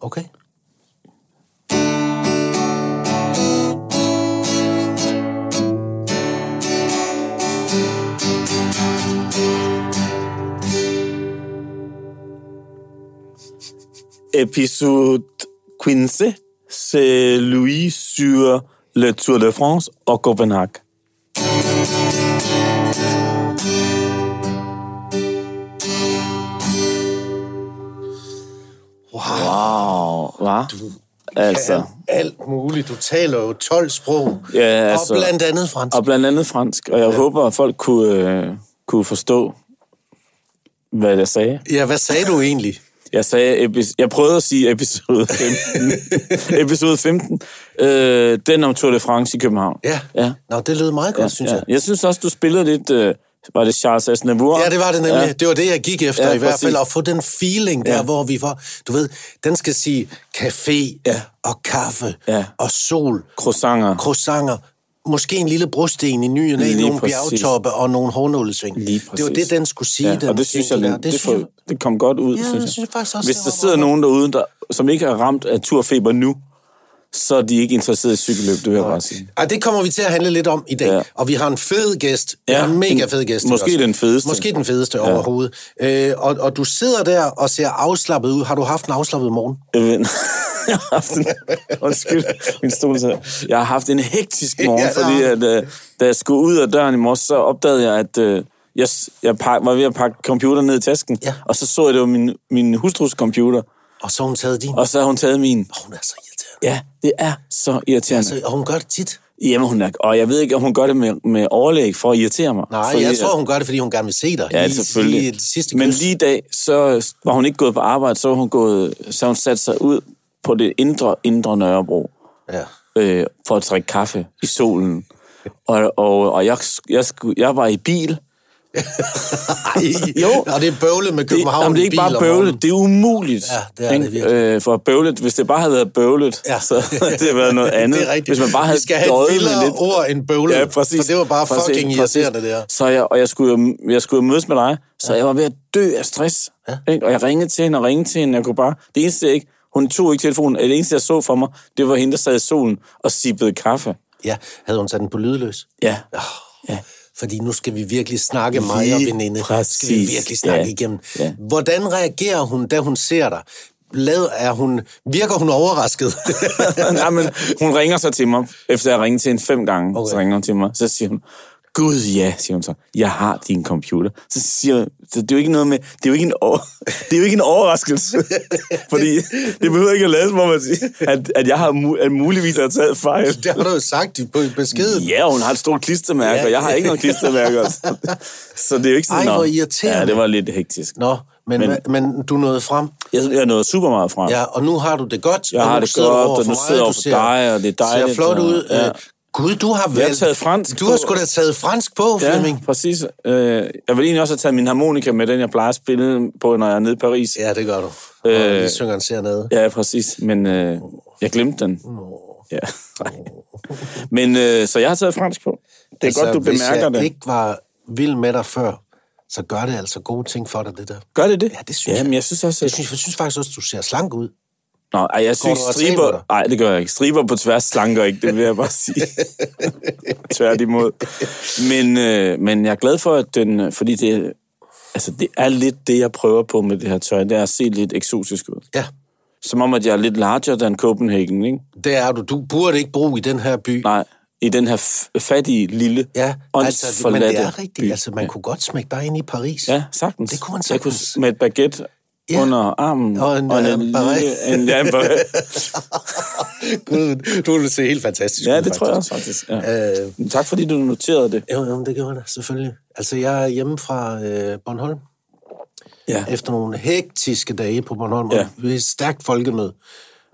Okay. Épisode 15, c'est Louis sur le Tour de France à Copenhague. Wow, hva? Altså, Altså. alt muligt. Du taler jo 12 sprog, Ja, ja, altså. altså. og blandt andet fransk. og blandt andet fransk, og jeg ja. håber, at folk kunne, øh, kunne forstå, hvad jeg sagde. Ja, hvad sagde du egentlig? Jeg, sagde epi- jeg prøvede at sige episode 15. episode 15. Øh, den om Tour de France i København. Ja. ja. Nå, det lød meget godt, ja, synes ja. jeg. Jeg synes også, du spillede lidt... Øh, var det Charles Aznavour? Ja, det var det nemlig. Ja. Det var det, jeg gik efter Ja, ja, i hvert præcis. fald. At få den feeling der, Ja. ja. hvor vi var... Du ved, den skal sige café Ja. ja. og kaffe Ja. ja. og sol, Croissanter. croissanter, måske en lille brosten i ny og næ, Lige nogle præcis. bjergtoppe og nogle hornålesving. Lige Det var præcis. det, den skulle sige. Ja, den og det synes jeg, jingle det, der. det, det, får, det kom godt ud, Ja, synes jeg. det synes jeg faktisk også, Hvis det der var sidder meget nogen derude, der, som ikke er ramt af turfeber nu, så er de ikke interesseret i cykelløb, det vil jeg bare sige. Ej, Ah, det kommer vi til at handle lidt om i dag. Ja. Ja. Og vi har en fed gæst. Vi Ja, har en mega en- fed gæst. måske ikke også? den fedeste. Måske den fedeste ja. overhovedet. Øh, og, og du sidder der og ser afslappet ud. Har du haft en afslappet morgen? Jeg ved- Jeg har haft en, undskyld, min stol sidder- Jeg har haft en hektisk morgen, Ja, det har fordi du. at, øh, da jeg skulle ud af døren i morges, så opdagede jeg, at øh, jeg, s- jeg pak, var ved at pakke computeren ned i tasken, Ja. og så så jeg, det var min, min hustrus computer, Og så har hun taget din. Og... og så har hun taget min. Hun er så irriterende. Ja, det er så irriterende. Så, og hun gør det tit. Jamen, hun er, og jeg ved ikke, om hun gør det med, med overlæg for at irritere mig. Nej, fordi, jeg tror, hun gør det, fordi hun gerne vil se dig. Ja, i, selvfølgelig. I det sidste Men kys. lige i dag, så var hun ikke gået på arbejde, så var hun, gået, så hun sat sig ud på det indre, indre Nørrebro Ja. øh, for at drikke kaffe i solen. Og, og, og jeg, jeg, skulle, jeg var i bil. Ej, Jo. Og det er bøvlet med Det, København. jamen, det er i ikke bil bare om bøvlet, morgenen. det er umuligt. Ja, det er det ikke? virkelig. øh, for bøvlet, hvis det bare havde været bøvlet, Ja. så havde det været noget andet. Det er rigtigt. Hvis man bare Vi havde skal have et døjet med vildere lidt. ord end bøvlet, Ja, præcis. for det var bare Præcis, fucking præcis. irriterende, det der. Så jeg, og jeg skulle, jo- jeg skulle jo mødes med dig, så jeg var ved at dø af stress. Ja. Ikke? Og jeg ringede til hende og ringede til hende. Jeg kunne bare, det eneste jeg ikke, hun tog ikke telefonen. Det eneste, jeg så for mig, det var hende, der sad i solen og sippede kaffe. Ja, havde hun sat den på lydløs? Ja. Ja. Fordi nu skal vi virkelig snakke mig og Lige veninde. Skal vi præcis, virkelig snakke ja. igennem. Ja. Hvordan reagerer hun, da hun ser dig? Lad, er hun, virker hun overrasket? Nej, men hun ringer så til mig, efter jeg ringede til hende fem gange. Okay. Så Okay. ringer hun til mig, så siger hun, Gud ja, siger hun så, jeg har din computer. Så siger hun, så det er jo ikke noget med, det er jo ikke en, over, det er jo ikke en overraskelse. Fordi det behøver ikke at lade som om, at, at, at jeg har mu, at muligvis har taget fejl. det har du jo sagt i- på beskeden. Ja, hun har et stort klistermærke, Ja. og jeg har ikke noget klistermærke. Altså. Så det er jo ikke sådan, Ej, nå. hvor irriterende. Ja, det var lidt hektisk. Nå, men, men, men du nåede frem. Jeg, jeg nåede super meget frem. Ja, og nu har du det godt. Jeg og har nu det sidder godt, du over og for nu mig, sidder jeg over du for ser- dig, og det er dejligt, Ser flot og- ud. ja. Ja. Gud, du har vel... har taget fransk Du har på. sgu da taget fransk på, Flemming. Ja, præcis. Øh, jeg vil egentlig også have taget min harmonika med, den jeg plejer at spille på, når jeg er nede i Paris. Ja, det gør du. Og Øh. øh... synger en sernede. Ja, præcis. Men øh, jeg glemte den. Ja. nej. Men øh, så jeg har taget fransk på. Det er godt, du bemærker Altså, Hvis jeg det. ikke var vild med dig før, så gør det altså gode ting for dig, det der. Gør det det? Ja, det synes Jamen, jeg. jeg synes også, Jeg at... synes, jeg synes faktisk også, du ser slank ud. Nå, ej, jeg synes du og taber striber... dig? Nej, det gør jeg ikke. Striber på tværs slanker ikke, det vil jeg bare sige. Tværtimod. Men, øh, men jeg er glad for, at den... øh, Fordi det, altså, det er lidt det, jeg prøver på med det her tøj. Det er at se lidt eksotisk ud. Ja, Som om, at jeg er lidt larger than Copenhagen, ikke? det er du. Du burde ikke bo i den her by. Nej, i den her f- fattige, lille, ja, altså, men det åndsforladte er rigtigt. by. Altså, man kunne godt smække dig ind i Paris. Ja, sagtens. Det kunne man Jeg kunne sagtens. s- med et baguette ja. Ja. under armen. Og en, øh, beret. lille, en, ja, en beret. Gud, du ville se helt fantastisk ja, ud, det tror jeg faktisk. også faktisk. Ja. Øh, tak fordi du noterede det. Jo, jo, men det gjorde jeg da, selvfølgelig. Altså, jeg er hjemme fra øh, Bornholm. Ja. efter nogle hektiske dage på Bornholm, Ja. ja. og et stærkt folkemøde.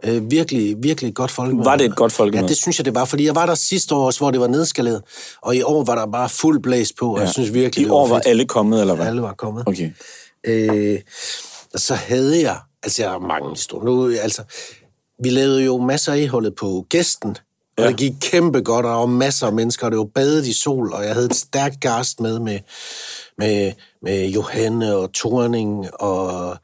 Øh, virkelig, virkelig et godt folkemøde. Var det et godt folkemøde? Ja, det synes jeg, det var, fordi jeg var der sidste år også, hvor det var nedskaleret, og i år var der bare fuld blæs på, og ja. jeg synes virkelig, I det år var fedt. alle kommet, eller hvad? alle var kommet. Okay. Øh, og så havde jeg, altså jeg har mange historier, nu, altså, vi lavede jo masser af indholdet på gæsten, og Ja. ja. det gik kæmpe godt, og der var masser af mennesker, og det var badet i sol, og jeg havde et stærkt gast med, med, med, med Johanne og Torning og,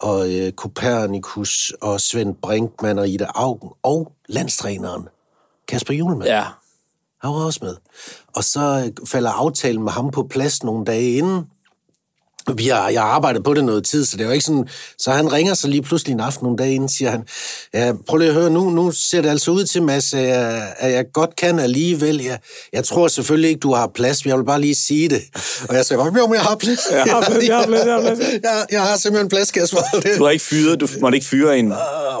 og øh, Kopernikus og Svend Brinkmann og Ida Augen og landstræneren Kasper Julemand. Ja. Han var også med. Og så øh, falder aftalen med ham på plads nogle dage inden. Vi har, jeg har arbejdet på det noget tid, så det er jo ikke sådan... Så han ringer så lige pludselig en aften nogle dage inden, siger han, ja, prøv lige at høre, nu, nu ser det altså ud til, Mads, at jeg, at jeg godt kan alligevel. Jeg, jeg tror selvfølgelig ikke, du har plads, men jeg vil bare lige sige det. Og jeg sagde, jo, men jeg har plads. Jeg har plads, jeg har plads, jeg har plads." Jeg, jeg har simpelthen plads, Kasper. Det, Du har ikke fyret, du måtte ikke fyre en. Åh. Ah,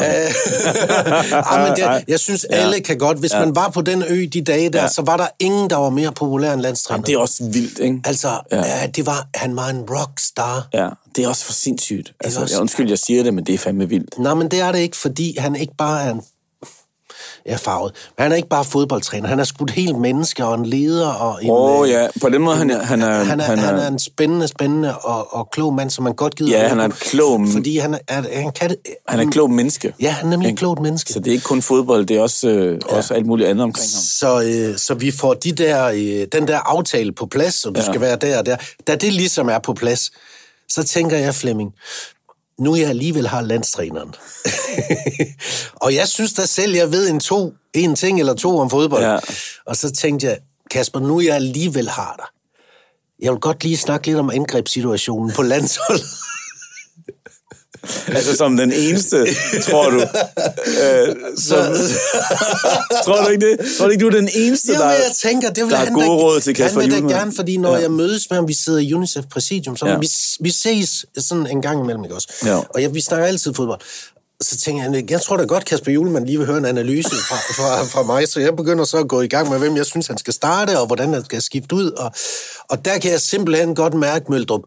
Øh, Ej, men det, jeg synes, alle kan godt. Hvis man var på den ø de dage der, så var der ingen, der var mere populær end landstræner. Det er også vildt, ikke? Altså, ja. det var, han var en rockstar. Ja, det er også for sindssygt. Altså, også? jeg, undskyld, jeg siger det, men det er fandme vildt. Nej, men det er det ikke, fordi han ikke bare er en er farvet. Men han er ikke bare fodboldtræner. Han er skudt helt menneske og en leder. Og en, Åh oh, øh, ja, på den måde, han er... Han er, han, er, han, er, han er en spændende, spændende og, og klog mand, som man godt gider. Ja, at høre han er en på, klog m- Fordi han, er, han kan det. han er en klog menneske. Ja, han er nemlig et klogt menneske. Så det er ikke kun fodbold, det er også, øh, ja. også alt muligt andet omkring ham. Så, øh, så vi får de der, øh, den der aftale på plads, og du ja. skal være der og der. Da det ligesom er på plads, så tænker jeg, Flemming, nu jeg alligevel har landstræneren. og jeg synes da selv, jeg ved en, to, en ting eller to om fodbold. Ja. Og så tænkte jeg, Kasper, nu jeg alligevel har dig. Jeg vil godt lige snakke lidt om angrebssituationen på landsholdet. Altså som den eneste, tror du. Øh, som, tror du ikke det? Tror du ikke, du er den eneste, jo, der... men jeg tænker, det vil der er han gode da, råd til Kasper Han vil da Julemand. gerne, fordi når Ja. ja. jeg mødes med ham, vi sidder i UNICEF-præsidium, så Ja. ja. vi, vi ses sådan en gang imellem, ikke også? Ja. Og jeg, vi snakker altid fodbold. Så tænker jeg, jeg tror da godt, Kasper Julemand lige vil høre en analyse fra, fra, fra mig, så jeg begynder så at gå i gang med, hvem jeg synes, han skal starte, og hvordan han skal skifte ud. Og, og der kan jeg simpelthen godt mærke, Møldrup,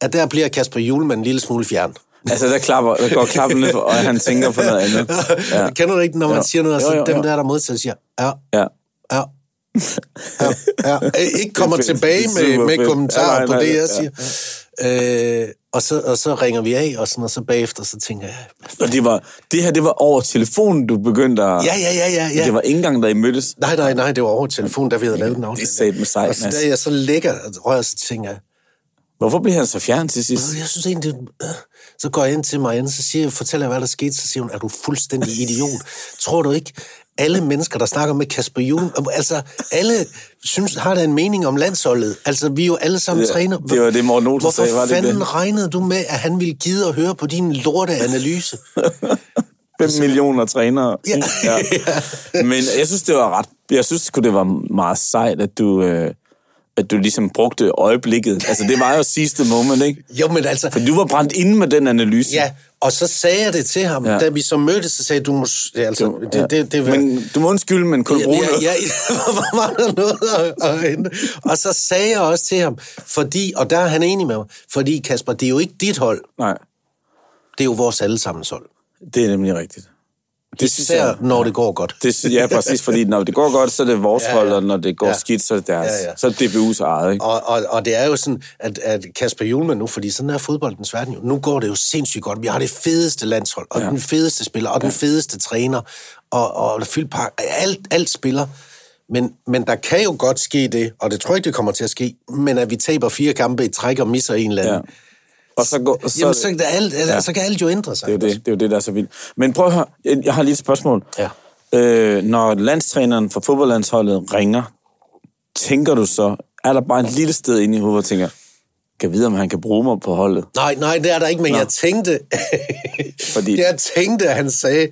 at der bliver Kasper Julemand en lille smule fjern. Altså, der, klapper, der går klappen lidt, og han tænker på noget andet. Ja. Kender du ikke, når man Jo. jo. siger noget, og Jo, så jo, dem jo. der, der modtager, siger, ja, Ja. Ja. ja, ja. Øh, Ikke kommer Det er fedt. tilbage Det er med, super med fedt. kommentarer Ja, nej, på nej, det, jeg ja. siger. Øh, og, så, og så ringer vi af, og, sådan, og så bagefter, så tænker jeg, Og det, var, det her, det var over telefonen, du begyndte at... ja, ja, ja, ja, Ah. Det ja. var ikke engang, da I mødtes. Nej, nej, nej, det var over telefon, da vi havde lavet den aftale. satme sejt, Og så Mads. da jeg så ligger og rører, så tænker jeg, Hvorfor blev han så fjern til sidst? "Øh, jeg synes egentlig, det er- øh." så går jeg ind til Marianne, så siger jeg, fortæller jeg, hvad der skete, så siger hun, er du fuldstændig idiot? Tror du ikke, alle mennesker, der snakker med Kasper Juhl, altså alle synes, har der en mening om landsholdet. Altså, vi er jo alle sammen Ja, træner. det var det, Morten Olsen Hvorfor sagde, var det ikke fanden det? regnede du med, at han ville gide at høre på din lorte analyse? 5 millioner trænere. Ja. ja. Men jeg synes, det var ret... Jeg synes sgu, det var meget sejt, at du, øh, at du ligesom brugte øjeblikket. Altså, det var jo sidste moment, ikke? jo, men altså, For du var brændt inde med den analyse. ja, og så sagde jeg det til ham, Ja. ja. da vi så mødtes, så sagde jeg, du må... s- Ja, altså, det, Ja. det, det, det, men du må undskylde, men kunne du bruge ja, noget? ja, ja, hvor var der noget at, at hente? Og så sagde jeg også til ham, fordi, og der er han enig med mig, fordi Kasper, det er jo ikke dit hold, Nej, det er jo vores allesammens hold. det er nemlig rigtigt. Det synes jeg... Især når det går godt. Det, sy- ja, præcis, fordi når det går godt, så er det vores ja, Ja, ja. ja. hold, og når det går ja. Ja. skidt, så er det deres. Ja, Ja, ja. ja. Så er det DBU's eget, ikke? Og, og, og det er jo sådan, at, at Kasper Julemand nu, fordi sådan er fodboldens verden jo, nu går det jo sindssygt godt. Vi har det fedeste landshold, og ja. den fedeste spiller, og ja. den fedeste træner, og, og fyldpark, alt, alt spiller. Men, men der kan jo godt ske det, og det tror jeg ikke, det kommer til at ske, men at vi taber fire kampe i træk og misser en eller anden. Ja. Ja. Og så, går, så, Jamen, så, kan alt, Ja. ja. så kan alt jo ændre sig. Det er jo det, det, er jo det der er så vildt. Men prøv at høre, jeg- jeg har lige et spørgsmål. Ja. Øh, når landstræneren for fodboldlandsholdet ringer, tænker du så, er der bare et lille sted inde i hovedet, hvor du tænker, kan vide, om han kan bruge mig på holdet? Nej, nej, det er der ikke, men Nå. jeg tænkte... Fordi- Fordi... Jeg tænkte, at han sagde...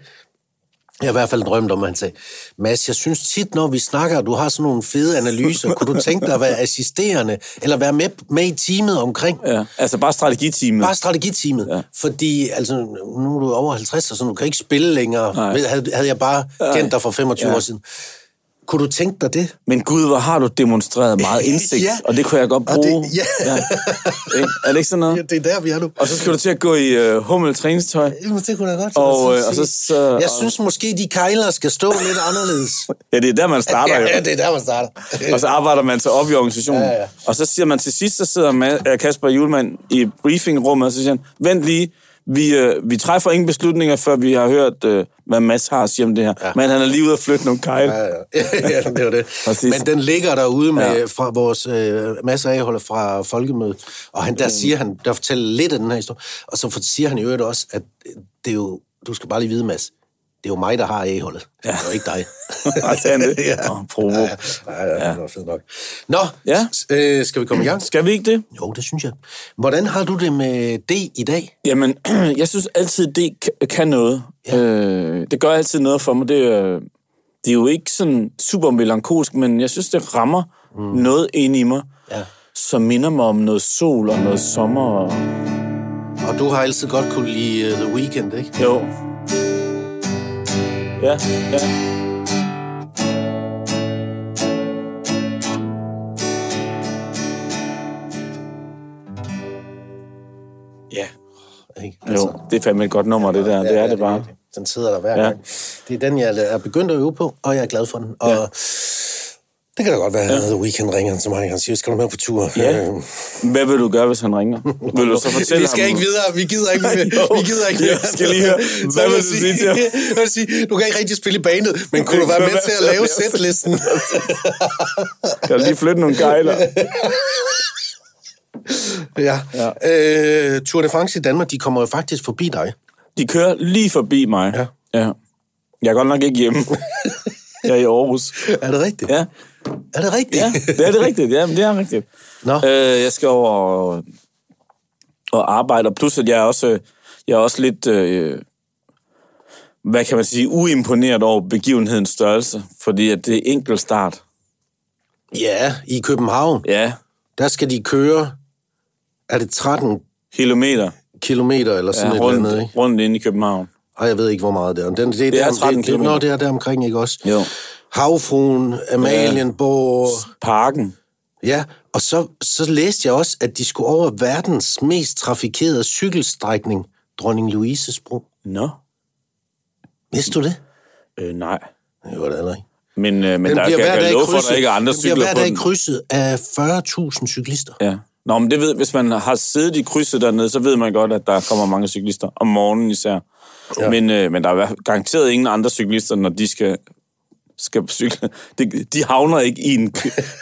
Jeg har i hvert fald drømt om, at han sagde, Mads, jeg synes tit, når vi snakker, og du har sådan nogle fede analyser, kunne du tænke dig at være assisterende, eller være med, med i teamet omkring? Ja. Altså bare strategiteamet. Bare strategiteamet. Ja. Fordi altså, nu er du over 50, så du kan ikke spille længere. Nej. Ved- Havde, havde jeg bare kendt dig for 25 Ja. ja. år siden. Kunne du tænke dig det? Men gud, hvor har du demonstreret meget indsigt, Ja. og det kunne jeg godt Og det- bruge. ja. Ikke? Er det ikke sådan noget? Ja, det er der, vi er nu. Og så skal du til at gå i øh, hummel træningstøj. Jamen, det kunne da godt Og, være øh, og sådan så- set. så- Jeg og- synes måske, de kejler skal stå lidt anderledes. Ja, det er der, man starter jo. ja, det er der, man starter. Og så arbejder man så op i organisationen. Ja, Ja, ja. ja. Og så siger man til sidst, så sidder Ma- øh, Kasper Julemand i briefingrummet, og så siger han, vent lige, vi, øh, vi træffer ingen beslutninger, før vi har hørt, øh, hvad Mads har at sige om det her. Ja. Men han er lige ude at flytte nogle kejl. Ja, ja. ja, det var det. Præcis. Men den ligger derude med ja. fra vores øh, masser afholder fra folkemødet, og han, der siger han, der fortæller lidt af den her historie, og så for- siger han i øvrigt også, at det er jo, du skal bare lige vide, Mads, det er jo mig, der har A-holdet. Ja. Det er jo ikke dig. Og så er han det. Åh, provo. Ja, ja, ja, ja. Det var fedt nok. Nå, Ja. s- øh, skal vi komme i gang? Skal vi ikke det? Jo, det synes jeg. Hvordan har du det med D i dag? Jamen, jeg synes altid, det k- kan noget. Ja. Øh, det gør altid noget for mig. Det, øh, det er jo ikke sådan super melankolsk, men jeg synes, det rammer mm. noget ind i mig, Ja. som minder mig om noget sol og noget sommer. Og... Og du har altid godt kunne lide øh, The Weeknd, ikke? Jo. Ja, ja. Ja, Ikke? jo. Det er fandme et godt nummer, det der. Det er det bare. virkelig. Den sidder der hver Ja. ja. gang. Det er den, jeg er begyndt at øve på, og jeg er glad for den. Og ja. det kan da godt være, at The Weeknd ringer til mig, og han siger, skal du med på tur? Ja. Øh, Øhm, Hvad vil du gøre, hvis han ringer? Vil du så fortælle vi skal ham? ikke videre, vi gider ikke mere. Jo, vi gider ikke jeg mere. skal lige høre, Så hvad jeg vil du sige til ham? Jeg vil sige, du kan ikke rigtig spille i banet, men kunne du være med til at lave sætlisten? Kan du lige flytte nogle gejler? ja. ja. Øh, Tour de France i Danmark, de kommer jo faktisk forbi dig. De kører lige forbi mig. Ja. ja. Jeg er godt nok ikke hjemme. Jeg er i Aarhus. Er det rigtigt? Ja, Er det rigtigt? ja det er det rigtigt. Ja, men det er rigtigt. Nå. Øh, jeg skal over og, og arbejde, og plus at jeg er også, øh, jeg er også lidt, øh, hvad kan man sige, uimponeret over begivenhedens størrelse, fordi at det er enkelt start. ja, i København, Ja, der skal de køre, er det 13 kilometer kilometer eller sådan ja, ja, et eller andet, rundt, ikke? rundt inde i København. Og jeg ved ikke, hvor meget det er. Men Den, det, det, er der- 13 det, kilometer. Nå, det er der omkring, ikke også? Jo. Havfruen, Amalienborg. Parken. Ja. ja. Og så, så læste jeg også, at de skulle over verdens mest trafikerede cykelstrækning, Dronning Louises bro. Nå, Vidste du det? øh, nej. Det var det heller ikke. Men, øh, men Den der bliver skal hver jeg dag kan love for, at krydset- der ikke er andre den bliver cykler hver på dag den. krydset af 40.000 cyklister. Ja. Nå, men det ved, hvis man har siddet i krydset dernede, så ved man godt, at der kommer mange cyklister, om morgenen især. Ja. Men, øh, men der er i hvert fald garanteret ingen andre cyklister, når de skal, skal cykle. De, de havner ikke i en,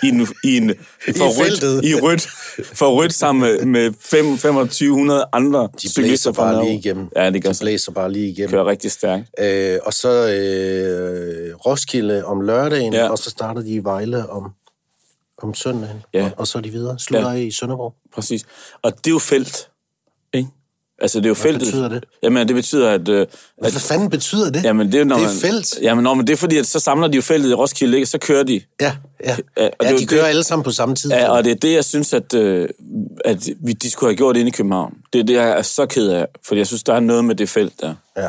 i en, i en for rødt, feltet. i rødt, for rødt sammen med, med fem- 2500 andre de cyklister. blæser fra bare nabo. lige igennem. Ja, det gør De så. blæser bare lige igennem. kører rigtig stærkt. Øh, og så øh, Roskilde om lørdagen, Ja. ja. og så starter de i Vejle om, om søndagen, Ja. ja. og, og så er de videre. Slutter ja. i Sønderborg. Præcis. Og det er jo felt, ikke? Altså, det er jo feltet. betyder det? Jamen, det betyder, at... øh, at Hvad fanden betyder det? Jamen, det er, jo, når det er man, felt. Jamen, nå, men det er fordi, at så samler de jo feltet i Roskilde, ikke? og så kører de. Ja, ja. Ja, ja, og det er ja jo de kører det- det... alle sammen på samme tid. Ja, og det er det, jeg synes, at, øh, at vi, de skulle have gjort inde i København. Det er det, jeg er så ked af, fordi jeg synes, der er noget med det felt der, ja.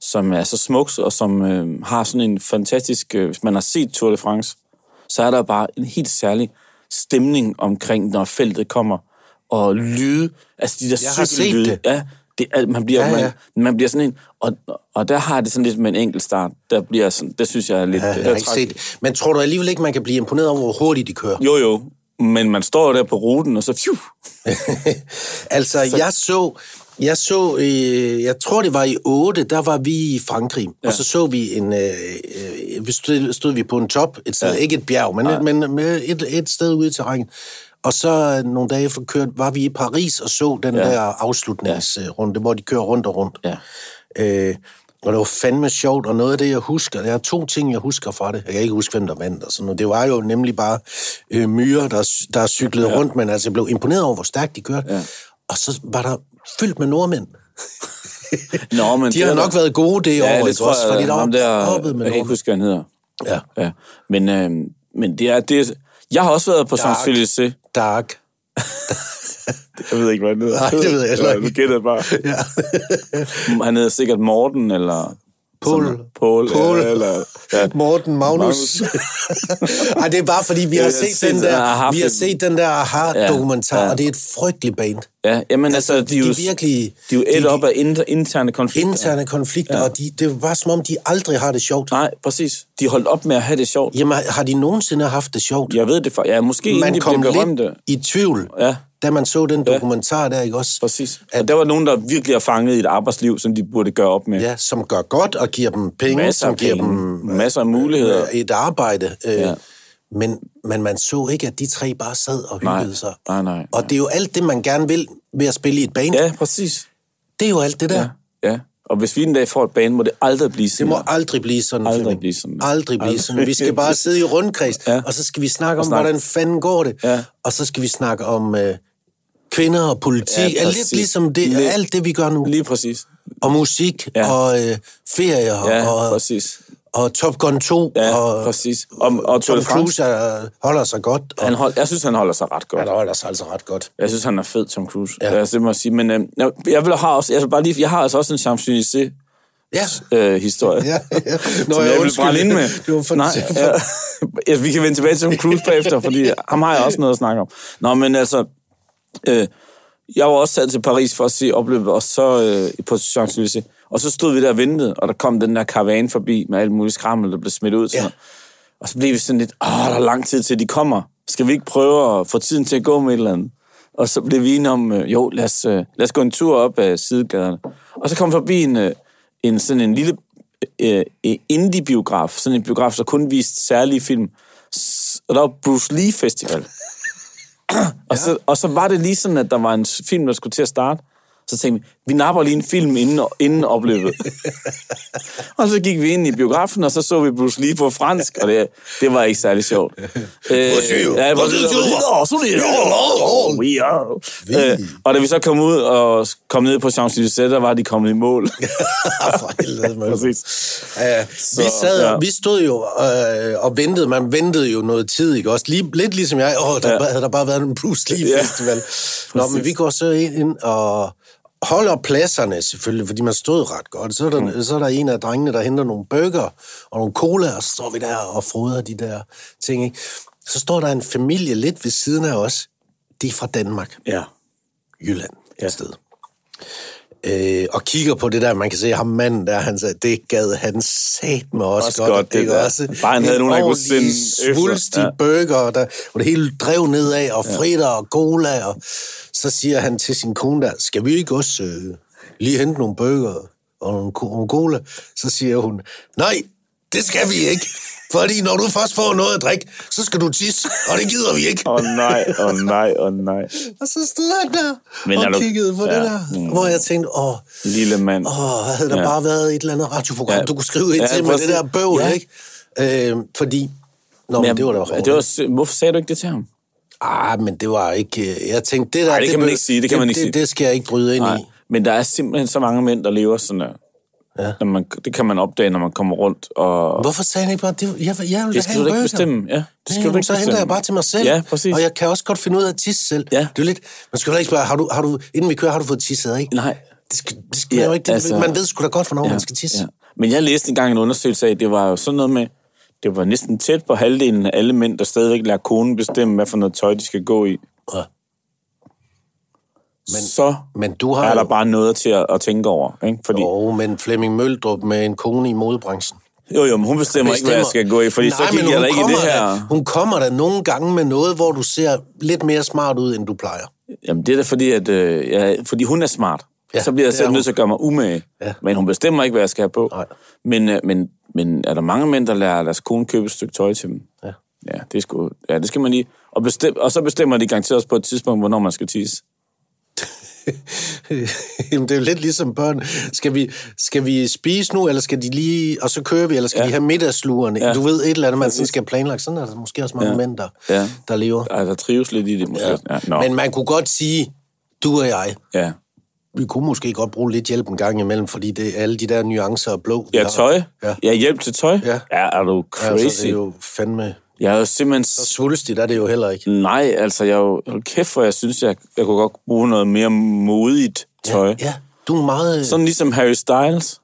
som er så smukt, og som øh, har sådan en fantastisk... Øh, hvis man har set Tour de France, så er der bare en helt særlig stemning omkring, når feltet kommer, og lyde, altså de der Jeg har set cykellyde. det. Ja, det er, man, bliver, Ja, ja, ja. ja. Man, man bliver sådan en... Og, og der har jeg det sådan lidt med en enkelt start. Der bliver sådan, det synes jeg er lidt... Ja, jeg har ikke træk- set det. Men tror du alligevel ikke, man kan blive imponeret over, hvor hurtigt de kører? Jo, jo. Men man står der på ruten, og så... Phew, altså, så... jeg så, jeg så, øh, jeg tror det var i 8, der var vi i Frankrig, ja. og så så vi en, øh, øh, vi stod, stod vi på en top, et sted, ja. ikke et bjerg, men, et, men med et, et sted ude i terrænet. Og så øh, nogle dage efter kørt, var vi i Paris og så den ja. der afslutningsrunde, hvor de kører rundt og rundt. Ja. Øh, og det var fandme sjovt, og noget af det, jeg husker, der er to ting, jeg husker fra det. Jeg kan ikke huske, hvem der vandt og sådan noget. Det var jo nemlig bare øh, myrer, der, der cyklede ja. rundt, men altså, jeg blev imponeret over, hvor stærkt de kørte. Ja. Og så var der fyldt med nordmænd. Nå, men De har nok været gode det ja, år, det ikke tror også? jeg, Fordi der var ham der, proppet med jeg kan ikke nordmænd. huske, hvad han hedder. Ja, Ja. Men, øh, men det er, det er, jeg har også været på Champs-Élysées. dark. Jeg ved ikke, hvad han hedder. Nej, det ved jeg heller ikke. Nu gætter jeg bare. Ja. Han hedder sikkert Morten, eller... Paul. Som- Paul, Paul. Ja, eller... Ja. Morten Magnus. Ej, det er bare fordi, vi Ja, har jeg har set set den den der, der Aha-film. vi har set den der aha-dokumentar, Ja, ja. og det er et frygteligt band. ja, jamen altså, de, er de jo, er virkelig- De er jo et de- op af inter, interne konflikter. Interne konflikter, og de, det var som om, de aldrig har det sjovt. Nej, præcis. De holdt op med at have det sjovt. Jamen, har de nogensinde haft det sjovt? Jeg ved det for... Ja, måske inden Man de kom blev berømte. lidt i tvivl. Ja. da man så den dokumentar der, ikke også? Præcis. At, og der var nogen, der virkelig er fanget i et arbejdsliv, som de burde gøre op med. Ja, som gør godt og giver dem penge, Masser som af giver penge, dem masser af muligheder. øh, et arbejde. Øh, Ja. men, men man så ikke, at de tre bare sad og hyggede Nej, sig. nej, nej, Og det er jo alt det, man gerne vil ved at spille i et band. Ja, præcis. Det er jo alt det der. Ja. ja. Og hvis vi en dag får et bane, må det aldrig blive Det sådan. må her. aldrig blive sådan. Aldrig Flemming. blive sådan. Aldrig blive Aldrig. sådan. Vi skal bare sidde i rundkreds, ja. og så skal vi snakke om, snakke. hvordan fanden går det. Ja. Og så skal vi snakke om øh, kvinder og politi. Ja, Ja, præcis. lidt ligesom det, Lidt. alt det, vi gør nu. Lige præcis. Og musik, Ja. ja. og øh, ferier, Ja, og, præcis. og Top Gun 2, Ja, og præcis. Og, og Tour Tom de France, Cruise er, holder sig godt. Og, han hold, jeg synes, han holder sig ret godt. han holder sig altså ret godt. Jeg synes, han er fed, Tom Cruise. Ja. Altså, det må jeg sige. Men øh, jeg, jeg, vil, har også, jeg, vil bare lige, jeg har altså også en Champs-Élysées Ja. øh, historie. ja, ja. Nå, som jeg, vil undskyld. brænde ind med. Det var for, Nej, ja. ja, vi kan vende tilbage til Tom Cruise bagefter, fordi ham har jeg også noget at snakke om. Nå, men altså, øh, jeg var også taget til Paris for at se opløbet, og så øh, på Champs-Élysées. Og så stod vi der og ventede, og der kom den der karavane forbi med alt muligt skrammel, der blev smidt ud. Sådan ja. Og så blev vi sådan lidt, åh, der er lang tid til, de kommer. Skal vi ikke prøve at få tiden til at gå med et eller andet? Og så blev vi enige om, øh, jo, lad os, øh, lad os gå en tur op ad sidegaderne. Og så kom vi forbi en, øh, en sådan en lille øh, øh, indie-biograf, sådan en biograf, der kun viste særlige film. S- Og der var Bruce Lee Festival. og, så, og så var det lige sådan, at der var en s- film, der skulle til at starte. Så tænkte vi, vi napper lige en film inden, inden opløbet. Og så gik vi ind i biografen, og så så vi Bruce Lee på fransk, og det, det var ikke særlig sjovt. Øh, ja, Brasil, Brasil, Brasil. Øh, Og da vi så kom ud og kom ned på Champs-Élysées, der var de kommet i mål. Ah, for helvede, mand. Præcis. Ja, vi, sad, ja. ja. vi stod jo øh, og ventede. Man ventede jo noget tid, ikke også? Lige, lidt ligesom jeg. Åh, der ja. havde der bare været en Bruce Ja. Lee-festival. Nå, men vi går så ind og holder pladserne selvfølgelig, fordi man stod ret godt. Så er der, mm. så er der en af drengene, der henter nogle bøger og nogle cola, og så står vi der og froder de der ting, ikke? Så står der en familie lidt ved siden af os. De er fra Danmark. Ja. Jylland et ja. sted. Øh, og kigger på det der, man kan se ham manden der, han sagde, det gad han sat med Også også, også godt, godt, det ikke der. også? Bare han havde nogen, der ikke kunne sende efter. svulstig Ja. ja. burger, og der, hvor det hele drev nedad, og fritter og cola, og så siger han til sin kone der, skal vi ikke også øh, lige hente nogle burger og nogle, co- nogle cola? Så siger hun, nej, det skal vi ikke, fordi når du først får noget at drikke, så skal du tisse, og det gider vi ikke. Åh oh, nej, åh oh, nej, åh oh, nej. Og så stod han der Men Men er og du- kiggede på Ja. ja. det der, Mm. mm. hvor jeg tænkte, åh, Lille mand. åh havde der Ja. ja. bare været et eller andet radioprogram, Ja. ja. du kunne skrive ind Ja, ja, til med præcis. det der bøvl, Ja. ja. ikke? Øh, fordi, nå, men, Jamen, det var da rart. det var, sy- Hvorfor sagde du ikke det til ham? Ah, men det var ikke... øh, Jeg tænkte, det der... Ej, det kan man bø- ikke sige, det kan man ikke det, sige. Det skal jeg ikke bryde ind Nej. i. Nej. Men der er simpelthen så mange mænd, der lever sådan der. Ja. Når man, det kan man opdage, når man kommer rundt. Og Hvorfor sagde han ikke bare, det, jeg, jeg vil det have skal en du da ikke burger. bestemme. Ja, det skal Jamen, du ikke så henter bestemme. jeg bare til mig selv. Ja, præcis. Og jeg kan også godt finde ud af at tisse selv. Ja. Det er jo lidt... Man skal jo heller ikke spørge, har du, har du, inden vi kører, har du fået tisset, ikke? Nej. Det skal, det skal ja, jo ikke. Det, altså- altså, man ved sgu da godt, hvornår ja, man skal tisse. Ja. Men jeg læste engang en undersøgelse af, at det var jo sådan noget med, det var næsten tæt på halvdelen af alle mænd, der stadigvæk lader konen bestemme, hvad for noget tøj, de skal gå i. Ja. Men, så Men du har er der jo- bare noget til at, at tænke over. Ikke? Fordi, jo. Jo, men Flemming Møldrup med en kone i modebranchen. jo, jo, men hun bestemmer, ikke, hvad jeg skal gå i, fordi Nej, så men gik jeg hun da ikke i kommer det her. Da, hun kommer da nogle gange med noget, hvor du ser lidt mere smart ud, end du plejer. Jamen, det er da fordi, at øh, jeg, fordi hun er smart. Ja, Ja, så bliver jeg det selv er nødt hun. til at gøre mig umage. Ja. Ja. Men hun bestemmer ikke, hvad jeg skal have på. Nej. Men, øh, men, men er der mange mænd, der lader deres kone købe et stykke tøj til dem? Ja. Ja, det, er sgu, ja, det skal man lige... Og, bestem, og så bestemmer de garanteret også på et tidspunkt, hvornår man skal tisse. Jamen, det er jo lidt ligesom børn. Skal vi, skal vi spise nu, eller skal de lige... Og så kører vi, eller skal ja. de have middagslurene? Ja. Du ved et eller andet, man sådan skal planlægge. Sådan er der måske også mange ja. mænd, der, Ja. ja. der lever. Ej, Altså, der trives lidt i det, måske. Ja. Ja, nå. Men man kunne godt sige, du og jeg, ja. vi kunne måske godt bruge lidt hjælp en gang imellem, fordi det er alle de der nuancer og blå. vi ja, har. tøj. Ja. Ja. ja, hjælp til tøj. Ja. ja er du Altså, crazy? det er jo fandme... Jeg er jo simpelthen... Så svulstigt er det jo heller ikke. Nej, altså, jeg er jo... Hold kæft, hvor jeg synes, jeg, jeg kunne godt bruge noget mere modigt tøj. Ja. Ja, du er meget... Sådan ligesom Harry Styles.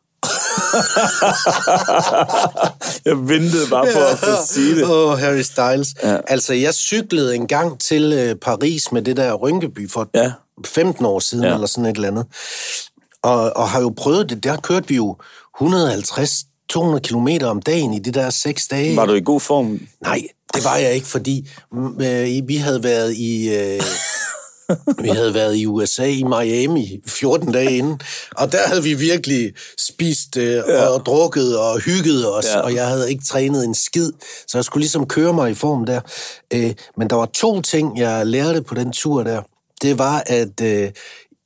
jeg ventede bare på at få sige det. Åh, oh, Harry Styles. Ja. Altså, jeg cyklede en gang til øh, Paris med det der Rynkeby for Ja. ja. 15 år siden, Ja. ja. eller sådan et eller andet. Og, og har jo prøvet det. Der kørte vi jo 150-200 kilometer om dagen i de der seks dage. Var du i god form? Nej, det var jeg ikke, fordi mm, øh, vi havde været i... Øh, Vi havde været i USA, i Miami, 14 dage inden, og der havde vi virkelig spist øh, og ja. drukket og hygget os, Ja. ja. og jeg havde ikke trænet en skid, så jeg skulle ligesom køre mig i form der. Øh, men der var to ting, jeg lærte på den tur der. Det var, at øh,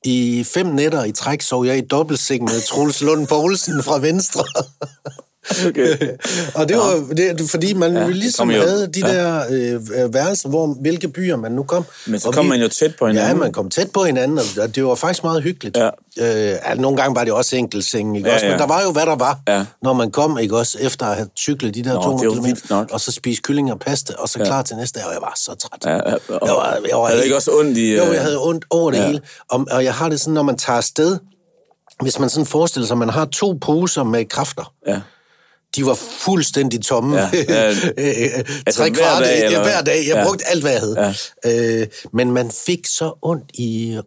i fem nætter i træk sov jeg i dobbeltseng med Troels Lund Poulsen fra Venstre. Okay. og det var det, fordi, man ja, ligesom kom jo. havde de ja. der øh, værelser, hvor, hvilke byer man nu kom. Men så Og kom vi- man jo tæt på hinanden. Ja, man kom tæt på hinanden, og- og det var faktisk meget hyggeligt. Ja. Øh, altså, nogle gange var det også enkeltseng, ikke Ja, ja, også? Men ja. der var jo, hvad der var, Ja. når man kom, ikke også? Efter at have cyklet de der Nå, det 200 var vildt km, nok. og så spise kylling og pasta, og så ja. klar til næste dag, og jeg var så træt. Ja, ja, og- jeg var, jeg var Havde du helt- ikke også ondt i, Jo, øh, jeg havde ondt over det ja. ja. hele. Og, og jeg har det sådan, når man tager afsted, hvis man sådan forestiller sig, at man har to poser med kræfter, Ja. de var fuldstændig tomme. Ja, Ja, ja. Altså, ja. Tre hver kvart dag, dag, eller ja, hvad? hver dag. Jeg Ja. ja. brugte alt, hvad jeg havde. Ja. Øh, men man fik så ondt i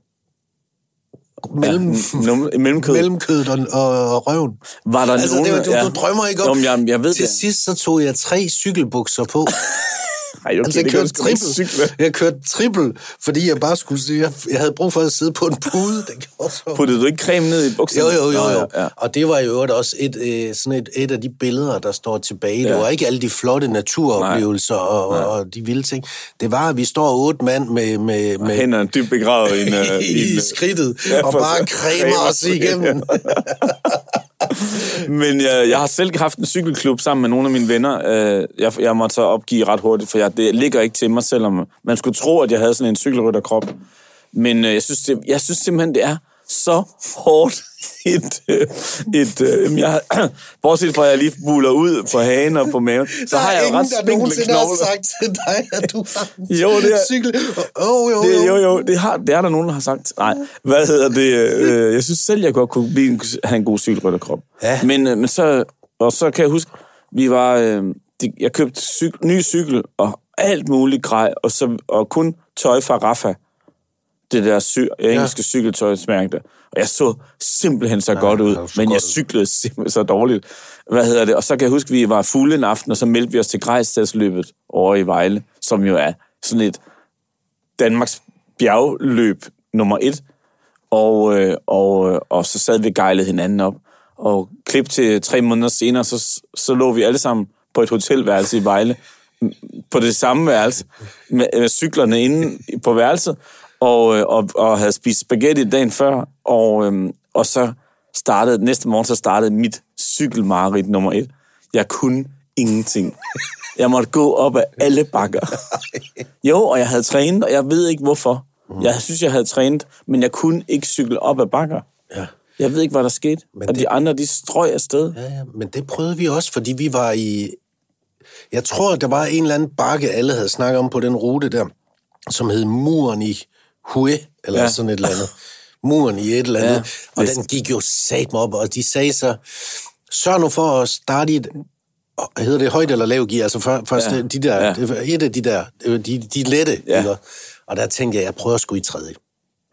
mellem, ja. Num- mellemkød. mellemkødet og, og, og røven. Var der Altså, nogen... det, var- du, ja. du drømmer ikke om. Jamen, jeg, jeg ved Til det. sidst så tog jeg tre cykelbukser på. Ej, okay, Altså, jeg det kan du kørte sgu ikke cykle. trippel. Jeg kørte trippel, fordi jeg bare skulle sige, jeg, jeg havde brug for at sidde på en pude. Det gjorde så Puttede du ikke creme ned i bukserne? Jo, jo, jo. Nå, jo. Ja, ja. Og det var jo øvrigt også et, øh, sådan et, et af de billeder, der står tilbage. Ja. Ja. Det var ikke alle de flotte naturoplevelser og, og, og de vilde ting. Det var, at vi står otte mand med, med, med Hænderne dybt begravet i en... øh, i, en, i øh, skridtet Ja, ja, og for- bare kræmer kræmer os sig, igennem. Men øh, jeg, jeg har selv haft en cykelklub sammen med nogle af mine venner. Øh, Jeg, jeg måtte så opgive ret hurtigt, for jeg, det ligger ikke til mig, selvom man skulle tro, at jeg havde sådan en cykelrytterkrop. Men øh, jeg synes, det, jeg synes simpelthen, det er så hårdt et... øh, et øh, jeg, bortset fra, at jeg lige buler ud på hagen og på maven, så Der har er jeg jo ingen, ret der spinkle nogensinde har knogler. sagt til dig, at du har en Jo, det er- cykel. Oh, jo, Det, jo, jo. jo, det, har, det er der nogen, der har sagt. Nej, hvad hedder det? Øh, jeg synes selv, jeg godt kunne blive en, have en god cykelrytterkrop. Ja. Men, øh, men så, og så kan jeg huske, vi var, øh, de, jeg købte cyk, ny cykel og alt muligt grej, og, så, og kun tøj fra Rafa. Det der sy, engelske ja. cykeltøjsmærke der. Og jeg så simpelthen så godt det ud, er jo så men jeg godt ud. cyklede simpelthen så dårligt. Hvad hedder det? Og så kan jeg huske, vi var fulde en aften, og så meldte vi os til Grejstadsløbet over i Vejle, som jo er sådan et Danmarks bjergløb nummer et, og, øh, og, øh, og så sad vi og gejlede hinanden op. Og klip til tre måneder senere, så, så lå vi alle sammen på et hotelværelse i Vejle, m- på det samme værelse, med, med cyklerne inde på værelset, og, øh, og, og havde spist spaghetti dagen før, og, øh, og så startede, næste morgen, så startede mit cykelmareridt nummer et. Jeg kunne ingenting. Jeg måtte gå op ad alle bakker. Jo, og jeg havde trænet, og jeg ved ikke hvorfor. Mm. Jeg synes, jeg havde trænet, men jeg kunne ikke cykle op ad bakker. Ja. Jeg ved ikke, hvad der skete. Men Men og det- de andre, de strøg afsted. Ja, ja, men det prøvede vi også, fordi vi var i... Jeg tror, der var en eller anden bakke, alle havde snakket om på den rute der, som hed Muren i Hue, eller Ja. ja. sådan et eller andet. Muren i et eller andet. Ja. Ja. Og den gik jo sat mig op, og de sagde så, sørg nu for at starte i et og hedder det højt eller lav gear, altså før, først Ja. ja. de der, Ja. ja. et af de der, øh, de, de lette, Ja. ja. ikke? og der tænkte jeg, jeg prøver sgu i tredje.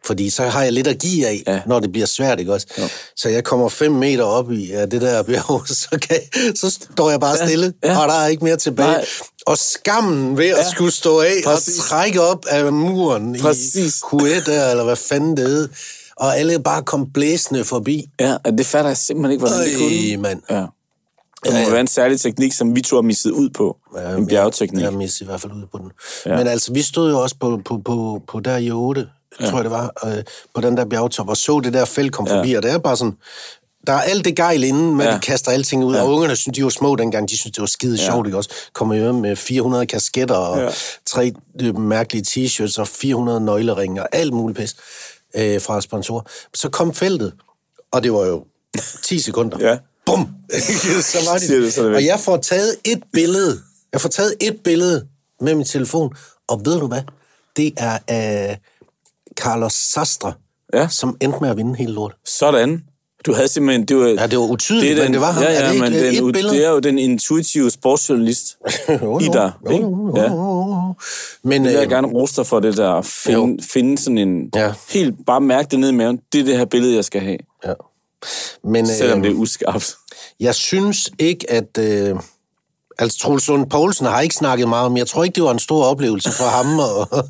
Fordi så har jeg lidt at give af, Ja. ja. når det bliver svært, ikke også? Jo. Så jeg kommer 5 meter op i ja, det der bjerg, så, kan, så står jeg bare stille, ja. ja. og der er ikke mere tilbage. Nej. Nej. Og skammen ved at ja. skulle stå af Præcis. og trække op af muren Præcis. i Kuwait, der, eller hvad fanden det hed, og alle bare kom blæsende forbi. Ja, og det fatter jeg simpelthen ikke, hvordan det kunne. Øj, mand. Ja. Det må Ja, ja. være en særlig teknik, som vi to har misset ud på. Ja, en bjergeteknik. Jeg, jeg missede i hvert fald ud på den. Ja. Men altså, vi stod jo også på, på, på, på der i 8, ja. tror jeg det var, øh, på den der bjergtop, og så det der fæld kom forbi, og det er bare sådan, der er alt det gejl inden, men Ja. ja. de kaster alting ud, ja. og ungerne synes, de var små dengang, de synes, det var skide ja. sjovt, ikke også? Kommer jo med 400 kasketter og Ja. ja. tre øh, mærkelige t-shirts og 400 nøgleringe og alt muligt pis øh, fra sponsorer. Så kom feltet, og det var jo 10 sekunder. Ja. Bum! så var Siger du, det. så er det væk. og jeg får taget et billede. Jeg får taget et billede med min telefon. Og ved du hvad? Det er af Carlos Sastre, Ja. som endte med at vinde hele lortet. Sådan. Du havde simpelthen... Det var, Ja, det var utydeligt, er men det var ham. Ja, Er ja, det ikke, men øh, den, et u- billede? det er jo den intuitive sportsjournalist i dig. ikke? Ja. Men Jeg vil øh, gerne rose dig for det der, at finde, finde sådan en... Ja. Helt bare mærke det ned i maven. Det er det her billede, jeg skal have. ja. Men, Selvom øh, det er uskarpt. jeg synes ikke, at... Øh, Altså, Troels Lund Poulsen har ikke snakket meget om, jeg tror ikke, det var en stor oplevelse for ham, og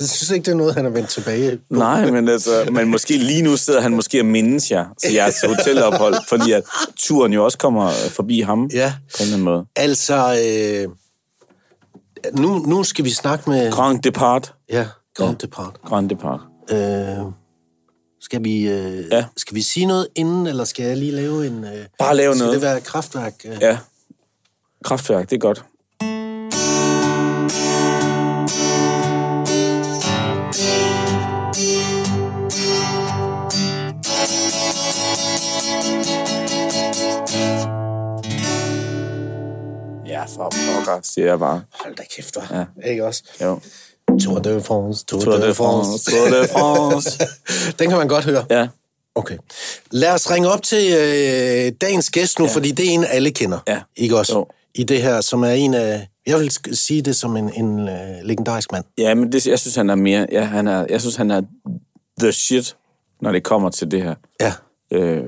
jeg synes ikke, det er noget, han har vendt tilbage. Nej, men altså, men måske lige nu sidder han måske og mindes jer til jeres hotelophold, fordi at turen jo også kommer forbi ham Ja. på en eller anden måde. Altså, øh, nu, nu skal vi snakke med... Grand Depart. Ja, Grand Depart. Grand Depart. Øh, skal, vi, øh, Ja. ja. skal vi sige noget inden, eller skal jeg lige lave en... Øh, Bare lave skal noget. det være kraftværk? Øh? Ja. Kraftværk, det er godt. Ja, for pokker, siger jeg bare. Hold da kæft, ja. Ikke også? Jo. Tour de France, Tour, Tour de France, Tour de France. Den kan man godt høre. Ja, Okay. Lad os ringe op til øh, dagens gæst nu, ja. fordi det er en, alle kender. Ja. Ikke også? Jo. I det her, som er en af... Jeg vil sk- sige det som en, en øh, legendarisk mand. ja men det, jeg synes, han er mere... Ja, han er, jeg synes, han er the shit, når det kommer til det her. Ja. Øh.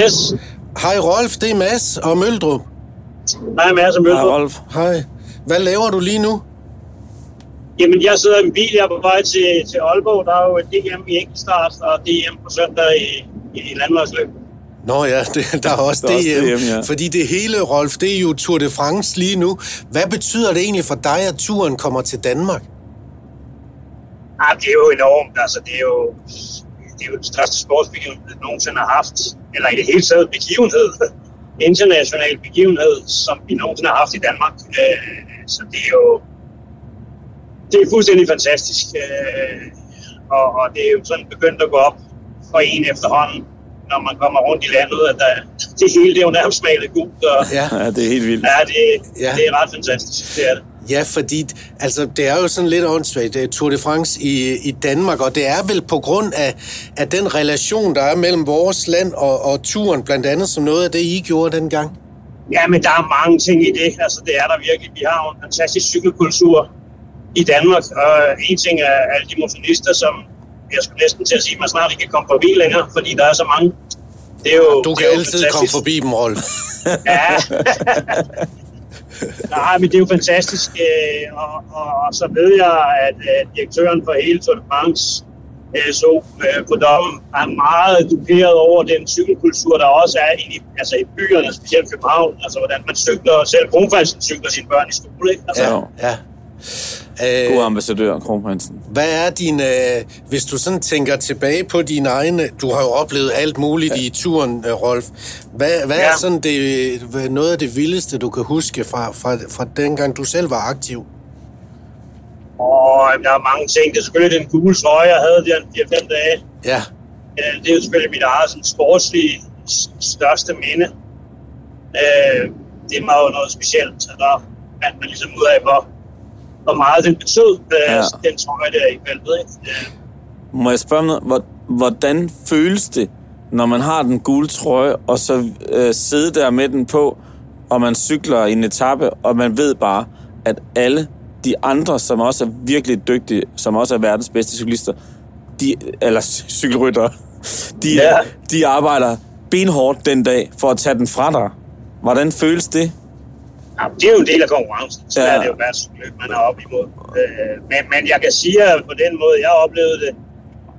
Yes. Hej Rolf, det er Mads og Møldrup. Hej Mads og Hej, Møldrup. Rolf. Hej. Hvad laver du lige nu? Jamen, jeg sidder i en bil, jeg er på vej til, til Aalborg. Der er jo DM i enkeltstart og DM på søndag i, i landvejsløb. Nå ja, det, der er også Der er det. også øh, DM, ja. Fordi det hele, Rolf, det er jo Tour de France lige nu. Hvad betyder det egentlig for dig, at turen kommer til Danmark? Ah, det er jo enormt. Altså, det er jo, det er jo den største sportsbegivenhed, jeg nogensinde har haft. Eller i det hele taget begivenhed. International begivenhed, som vi nogensinde har haft i Danmark. Øh, så det er jo... Det er fuldstændig fantastisk. Øh, og, og det er jo sådan begyndt at gå op for en efterhånden, når man kommer rundt i landet, at der, det hele det er jo nærmest malet gult. Og, Ja. Ja, det er helt vildt. ja, det, Ja. ja, det er ret fantastisk. Det er det. Ja, fordi altså, det er jo sådan lidt åndssvagt, det er Tour de France i, i Danmark, og det er vel på grund af, af den relation, der er mellem vores land og, og turen, blandt andet som noget af det, I gjorde dengang. Ja, men der er mange ting i det. Altså, det er der virkelig. Vi har jo en fantastisk cykelkultur i Danmark. Og en ting er alle de motionister, som jeg skulle næsten til at sige, at man snart ikke kan komme forbi længere, fordi der er så mange. Det er jo, Du det kan er jo altid komme fantastisk. forbi dem, Rolf. Ja. Nej, men det er jo fantastisk. øh, Og, og, og så ved jeg, at øh, direktøren for hele Tour de France, øh, så øh, på dommen, er meget duperet over den cykelkultur, der også er i, altså i byerne, specielt København. Altså hvordan man cykler, og selv Kronprinsen cykler sine børn i skole. Ikke? Altså, Ja. ja. Øh, God ambassadør, kronprinsen. Hvad er din, øh, hvis du sådan tænker tilbage på dine egne, du har jo oplevet alt muligt ja. i turen, øh, Rolf. Hvad, hvad ja. er Ja. sådan det, hvad- noget af det vildeste, du kan huske fra, fra, fra dengang, du selv var aktiv? Og øh, der er mange ting. Det er selvfølgelig den gule trøje, jeg havde der en 4-5 dage. Ja, Øh, det er jo selvfølgelig mit eget sådan, sportslige s- største minde. Øh, det var jo noget specielt, så der fandt man ligesom ud af, hvor, hvor meget den betød, øh, Ja. ja. den trøje der i feltet. Ikke? Øh, Må jeg spørge om noget? Hvor- Hvordan føles det, når man har den gule trøje, og så øh, sidde der med den på, og man cykler i en etape, og man ved bare, at alle de andre, som også er virkelig dygtige, som også er verdens bedste cyklister, de, eller cy- cykelryttere, de, ja. Ja. de arbejder benhårdt den dag for at tage den fra dig. Hvordan føles det? ja, det er jo en del af konkurrencen, så Ja. ja. er det jo hvert løb, man er op imod. Øh, men, men jeg kan sige, at på den måde, jeg oplevede det,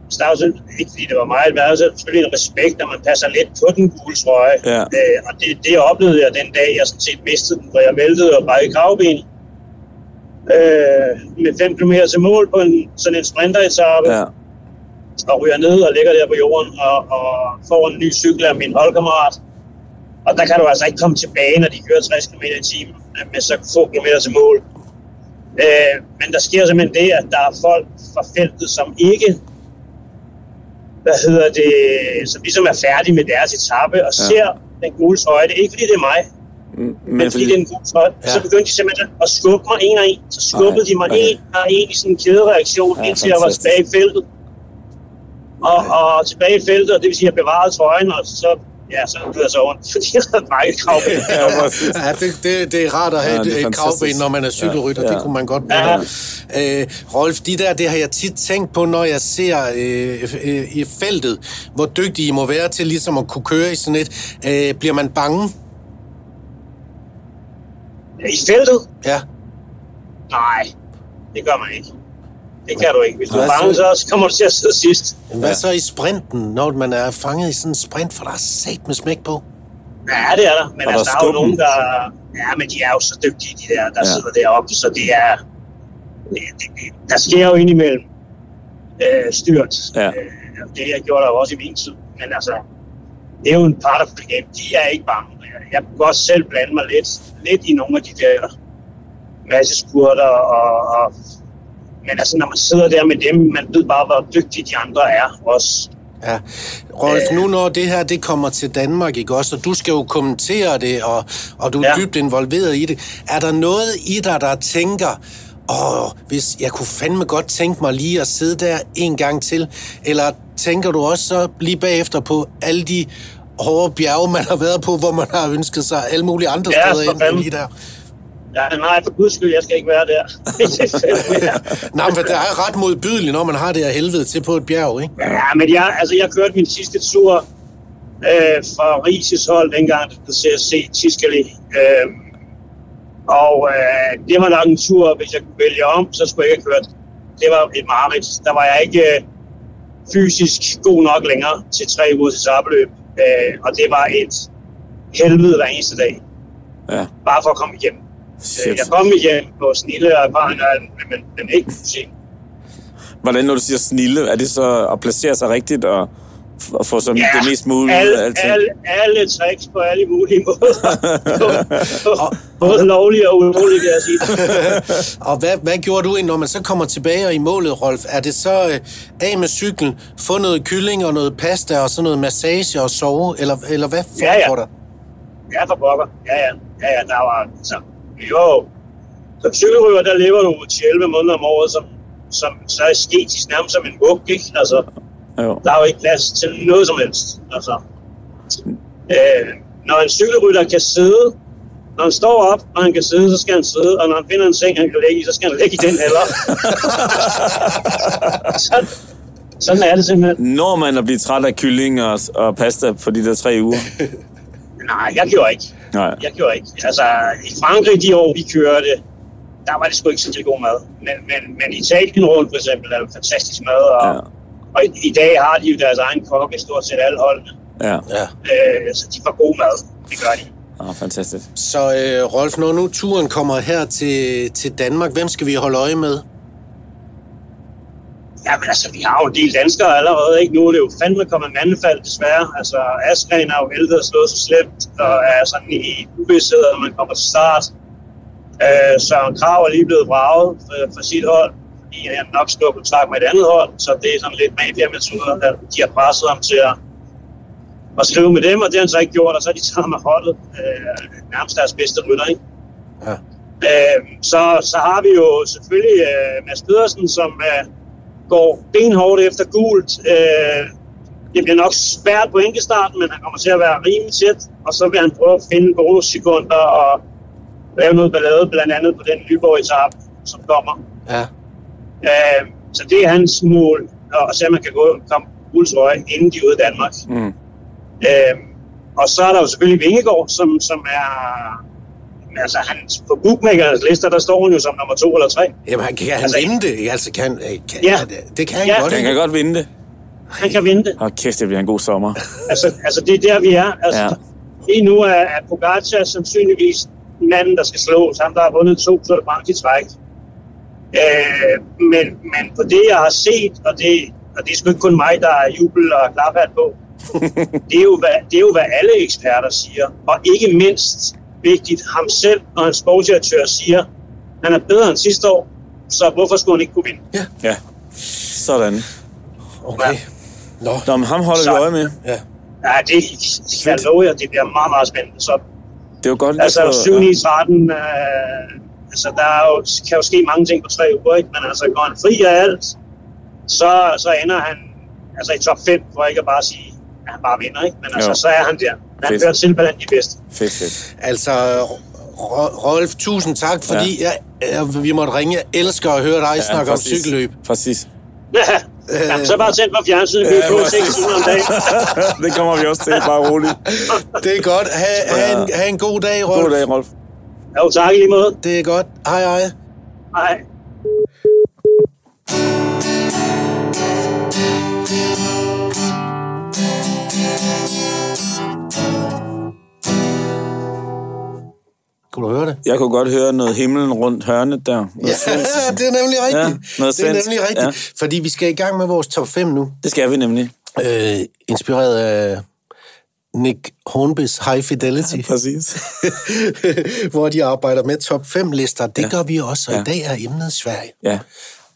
så der var sådan, ikke fordi det var mig, men der er selvfølgelig en respekt, når man passer lidt på den gule trøje. Ja. Øh, og det, det oplevede jeg den dag, jeg sådan set mistede den, hvor jeg væltede og brækkede kravben. Øh, med 5 km til mål på en, sådan en sprinteretappe, Ja. og ryger ned og ligger der på jorden og, og får en ny cykel af min holdkammerat. Og der kan du altså ikke komme tilbage, når de kører 60 km i timen med så få kilometer til mål. Øh, men der sker simpelthen det, at der er folk fra feltet, som ikke hvad hedder det, som ligesom er færdige med deres etape og Ja. ja. ser den gule trøje. Det er ikke fordi, det er mig, Men, men fordi det er en god fløj. Ja. Så Ja. begyndte de simpelthen at skubbe mig en og en. Så skubbede Ej, de mig okay. en og en i sådan en kædereaktion, Ja, ja, indtil jeg var fantastisk. tilbage i feltet. Og, og tilbage i feltet, og det vil sige, at jeg bevarede trøjen, og så ja, så lyder jeg så ondt, fordi jeg havde brækket kravben. Ja, præcis. Ja, det, det, det er rart at Ja, have det er ja, et fantastisk. kravben, når man er cykelrytter. Ja, ja. Ja, ja. Det kunne man godt bruge. Ja. Ja. Øh, Rolf, de der, det har jeg tit tænkt på, når jeg ser øh, øh, i feltet, hvor dygtige I må være til ligesom at kunne køre i sådan et. Øh, bliver man bange? I feltet? Ja. Nej, det gør man ikke. Det kan du ikke. Hvis du er Hvad bange, så? så kommer du til at sidde sidst. Men Hvad Ja. ja. så i sprinten, når man er fanget i sådan en sprint, for der er sat med smæk på? Ja, det er der. Men Og altså, der er der er skubben. jo nogen, der... Ja, men de er jo så dygtige, de der, der Ja. ja. sidder deroppe, så det er... det- det- Der sker jo indimellem øh, styrt. Ja. Øh, det jeg gjorde der jo også i min tid. Men altså, det er jo en part of the game. De er ikke bange. Jeg- Jeg kunne også selv blande mig lidt, lidt i nogle af de der masseskurter. Og, og, men altså, når man sidder der med dem, man ved bare, hvor dygtige de andre er også. Ja. Rolf, Øh. nu når det her det kommer til Danmark, ikke også, og du skal jo kommentere det, og, og du er Ja. ja. dybt involveret i det, er der noget i dig, der tænker, åh, hvis jeg kunne fandme godt tænke mig lige at sidde der en gang til, eller tænker du også så lige bagefter på alle de hårde bjerge, man har været på, hvor man har ønsket sig alle mulige andre Ja, for steder end fanden. lige der? Ja, nej, for guds skyld, jeg skal ikke være der. Nej, men det er ret modbydeligt, når man har det her helvede til på et bjerg, ikke? Ja, men jeg, altså, jeg kørte min sidste tur øh, fra Rises hold, dengang det blev CSC Tiskeli. Øh, og øh, det var nok en tur, hvis jeg kunne vælge om, så skulle jeg ikke have kørt. Det var et mareridt. Der var jeg ikke øh, fysisk god nok længere til tre uger til sabløb. Øh, og det var et helvede hver eneste dag, Ja, bare for at komme igennem. Øh, shit. jeg kom igennem på snille og erfaring, men, men, men ikke fysik. Hvordan, når du siger snille, er det så at placere sig rigtigt og, og få som det mest mulige ud alle, af alting? alle, alle tricks på alle mulige måder. Og- Både lovlige og ulovlige, kan jeg sige. Og hvad, hvad gjorde du egentlig, når man så kommer tilbage og i målet, Rolf? Er det så øh, af med cyklen, få noget kylling og noget pasta og sådan noget massage og sove? Eller, eller hvad Ja, ja. foregår der? Ja, for pokker. Ja, ja. Ja, ja, der var... Så, jo, som cykelryger, der lever du 11 måneder om året, som, som så er sketisk nærmest som en vug, ikke? Altså, Jo. der er jo ikke plads til noget som helst. Altså, øh, når en cykelrytter kan sidde, når han står op, og han kan sidde, så skal han sidde, og når han finder en seng, han kan ligge i, så skal han ligge i den heller. sådan, sådan er det simpelthen. Når man at blive træt af kylling og, og pasta på de der tre uger? Nej, jeg gjorde ikke. Nej. Jeg gjorde ikke. Altså, i Frankrig de år, vi kørte, der var det sgu ikke så god mad. Men, men, men Italien rundt for eksempel er jo fantastisk mad, og, Ja, ja. og i, i, dag har de jo deres egen kokke, stort set alle holdene. ja. Ja. Øh, så de får god mad. Det gør de. Oh, fantastisk. Så øh, Rolf, når nu turen kommer her til, til Danmark, hvem skal vi holde øje med? Jamen altså, vi har jo en del danskere allerede, ikke? Nu er det jo fandme kommet mandefald, desværre. Altså, Askren har jo væltet og slået sig slemt, og er sådan i uvidshed, når man kommer til start. Øh, Søren Krav er lige blevet vraget for, for sit hold, fordi han nok skal på kontrakt med et andet hold, så det er sådan lidt mafia-metoder, at de har presset ham til at, at skrive med dem, og det har han så ikke gjort, og så har de taget ham af holdet, øh, nærmest deres bedste rytter, ikke? Ja. Øh, så, så har vi jo selvfølgelig øh, Mads Pedersen, som øh, går benhårdt efter gult. Øh, det bliver nok svært på enkeltstarten, men han kommer til at være rimelig tæt, og så vil han prøve at finde bonussekunder og lave noget ballade, blandt andet på den nyborg etap som kommer. Ja. Øh, så det er hans mål, og at se, om man kan gå, komme guldsrøje, inden de er ude af Danmark. Mm. Øh, og så er der jo selvfølgelig Vingegaard, som, som er... Altså, han, på bookmakernes lister, der står hun jo som nummer to eller tre. Jamen, han- kan han Altså, vinde det? ikke? Altså, kan, øh, kan, Ja. ja. det, det kan han Ja. godt, Han ikke? kan godt vinde det. Han kan vinde det. Åh, kæft, det bliver en god sommer. Altså, altså det er der, vi er. Altså, Ja. ja. Lige nu er, er Pogacar sandsynligvis manden, der skal slås. Ham, der har vundet to Tour de France i træk. Øh, men, men på det, jeg har set, og det, og det er sgu ikke kun mig, der er jubel og klaphat på, det er, jo, hvad, det er jo, hvad alle eksperter siger. Og ikke mindst vigtigt, ham selv og hans sportsdirektør siger, han er bedre end sidste år, så hvorfor skulle han ikke kunne vinde? Ja. Sådan. Okay. Nå, Nå, men ham holder vi Så- øje med. ja. Ja, det det kan jeg love jer, det bliver meget, meget spændende. Så Det var godt. lige Altså at få- 7 9 13, øh, altså der er jo, kan jo ske mange ting på tre uger, ikke? men altså går han fri af alt, så, så ender han altså i top 5, for ikke at bare sige at han bare vinder, ikke? Men altså, Jo. jo. så er han der. Han Fedt. Fedt. hører til blandt de bedste. Fedt, fedt. Altså, Ro- Rolf, tusind tak, fordi ja. jeg, jeg, vi måtte ringe. Jeg elsker at høre dig ja, snakke om præcis. cykelløb. Præcis. Ja, Jamen, så bare tænd på fjernsynet, vi er på 6 timer om dagen. det kommer vi også til, bare roligt. Det er godt. Ha, ha, en, ha en god dag, Rolf. God dag, Rolf. Jo, tak i lige måde. Det er godt. Hej, hej. Hej. Kunne du høre det? Jeg kunne godt høre noget himlen rundt hørnet der. Ja, Noget svensk. det er nemlig rigtigt. Ja, noget det er svensk. nemlig rigtigt. Ja. Fordi vi skal i gang med vores top 5 nu. Det skal vi nemlig. Øh, inspireret af Nick Hornbys High Fidelity, Præcis. hvor de arbejder med top 5-lister. Det ja. gør vi også, og ja. Ja. i dag er emnet Sverige. Ja.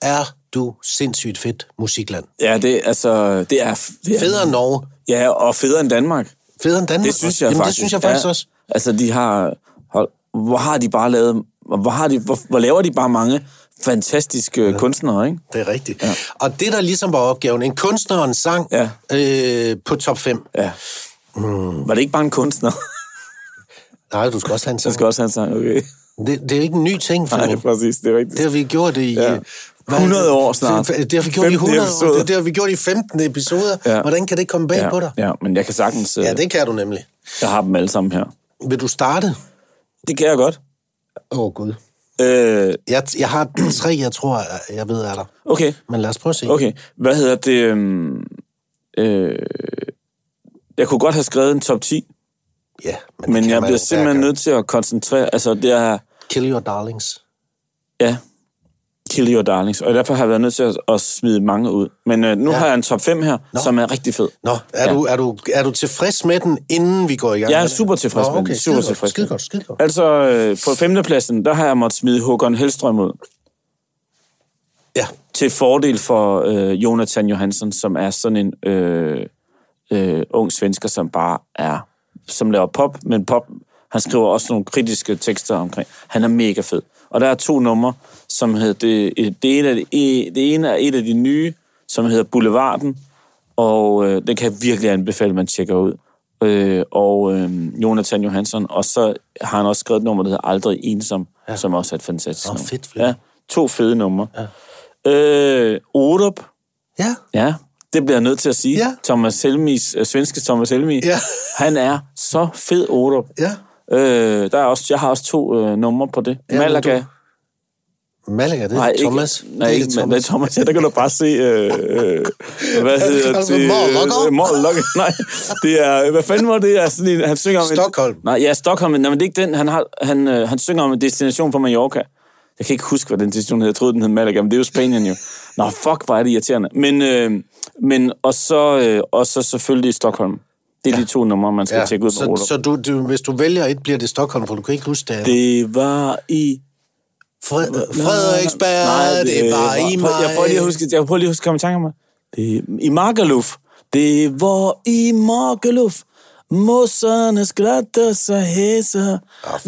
Er du sindssygt fedt musikland? Ja, det, altså, det er... Det er Federe end Norge. Ja, og federe end Danmark. Federe end Danmark. Det synes jeg Jamen, faktisk. det synes jeg faktisk ja. ja. også. Altså, de har... Hold, hvor har de bare lavet... Hvor, har de, hvor, hvor laver de bare mange fantastiske ja. kunstnere, ikke? Det er rigtigt. Ja. Og det, der ligesom var opgaven, en kunstner og en sang Ja. øh, på top 5. Ja. Mm. Var det ikke bare en kunstner? Nej, du skal også have en Jeg sang. skal også have en sang, okay? Det, det er jo ikke en ny ting, for Nej, præcis, det er rigtigt. Det har vi gjort i... Ja. øh, hvad- 100 år snart. Det har vi gjort i 15 100 episoder. episoder. år. Det, det har vi gjort i 15 episoder. Ja. Ja. Hvordan kan det komme bag ja, på dig? Ja, men jeg kan sagtens... Ja, Ja, det... det kan du nemlig. Jeg har dem alle sammen her. Vil du starte? Det kan jeg godt. Åh, oh, Gud. Øh, Jeg, jeg har tre, jeg tror, jeg- jeg ved er der. okay, Men lad os prøve at se. okay. Hvad hedder det? øhm, Øh, jeg kunne godt have skrevet en top 10, Ja, det men kan jeg man bliver jo simpelthen hver gang. nødt til at koncentrere... Altså, det er... Kill your darlings. Ja. Kill your darlings. Og derfor har jeg været nødt til at, at smide mange ud. Men øh, nu ja. har jeg en top 5 her, Nå. som er rigtig fed. Nå, er, ja. du, er, du, er du tilfreds med den, inden vi går i gang? Jeg er med det? super tilfreds Nå, med den. okay, Super skide godt, tilfreds med Skide den. godt, skide godt. Altså, øh, på femtepladsen, der har jeg måttet smide Håkon Hellstrøm ud. Ja, til fordel for øh, Jonathan Johansson, som er sådan en øh, øh, ung svensker, som bare er, som laver pop, men pop, han skriver også nogle kritiske tekster omkring. Han er mega fed. Og der er to numre, som hedder, det, øh, det, ene, er, det ene er et af de nye, som hedder Boulevarden, og øh, det kan jeg virkelig anbefale, at man tjekker ud. Øh, og øh, Jonathan Johansson, og så har han også skrevet et nummer, der hedder Aldrig Ensom, ja. som også er et fantastisk Nå, nummer. fedt, fedt. Ja, to fede numre. Ja. Øh, Orup. ja. Ja, det bliver jeg nødt til at sige. Ja. Thomas Helmis, øh, svenske Thomas Helmi. Ja. Han er så fed Orup. ja. Øh, der er også, jeg har også to øh, numre på det. Ja, Ja, men Malaga. Du... Malaga, det er Thomas. Ikke, nej, Lille ikke Thomas. Thomas. Ja, der kan du bare se... Øh, øh, hvad hedder Altså, det? Malaga? Øh, Malaga. Nej, det er... Hvad fanden var det? Er sådan en, han synger om... en- Stockholm. Nej, ja, Stockholm. men- Nej, men det er ikke den. Han, har, han, øh, han synger om en destination på Mallorca. Jeg kan ikke huske, hvad den destination hed. Jeg troede, den hed Malaga, men det er jo Spanien jo. Nå, fuck, hvor er det irriterende. Men, øh, men og, så, øh, og så selvfølgelig Stockholm. Det er ja. de to numre, man skal ja. tjekke ud på så, Rotor. så du, du, hvis du vælger et, bliver det Stockholm, for du kan ikke huske det. det Det var i... Fred, Frederiksberg, Nej, øh, det, det var i mig. Jeg prøver lige at huske, jeg prøver lige at huske, kom i tanke om mig. Det, I Magaluf. Det var i Magaluf. Mosserne skratter sig hæser,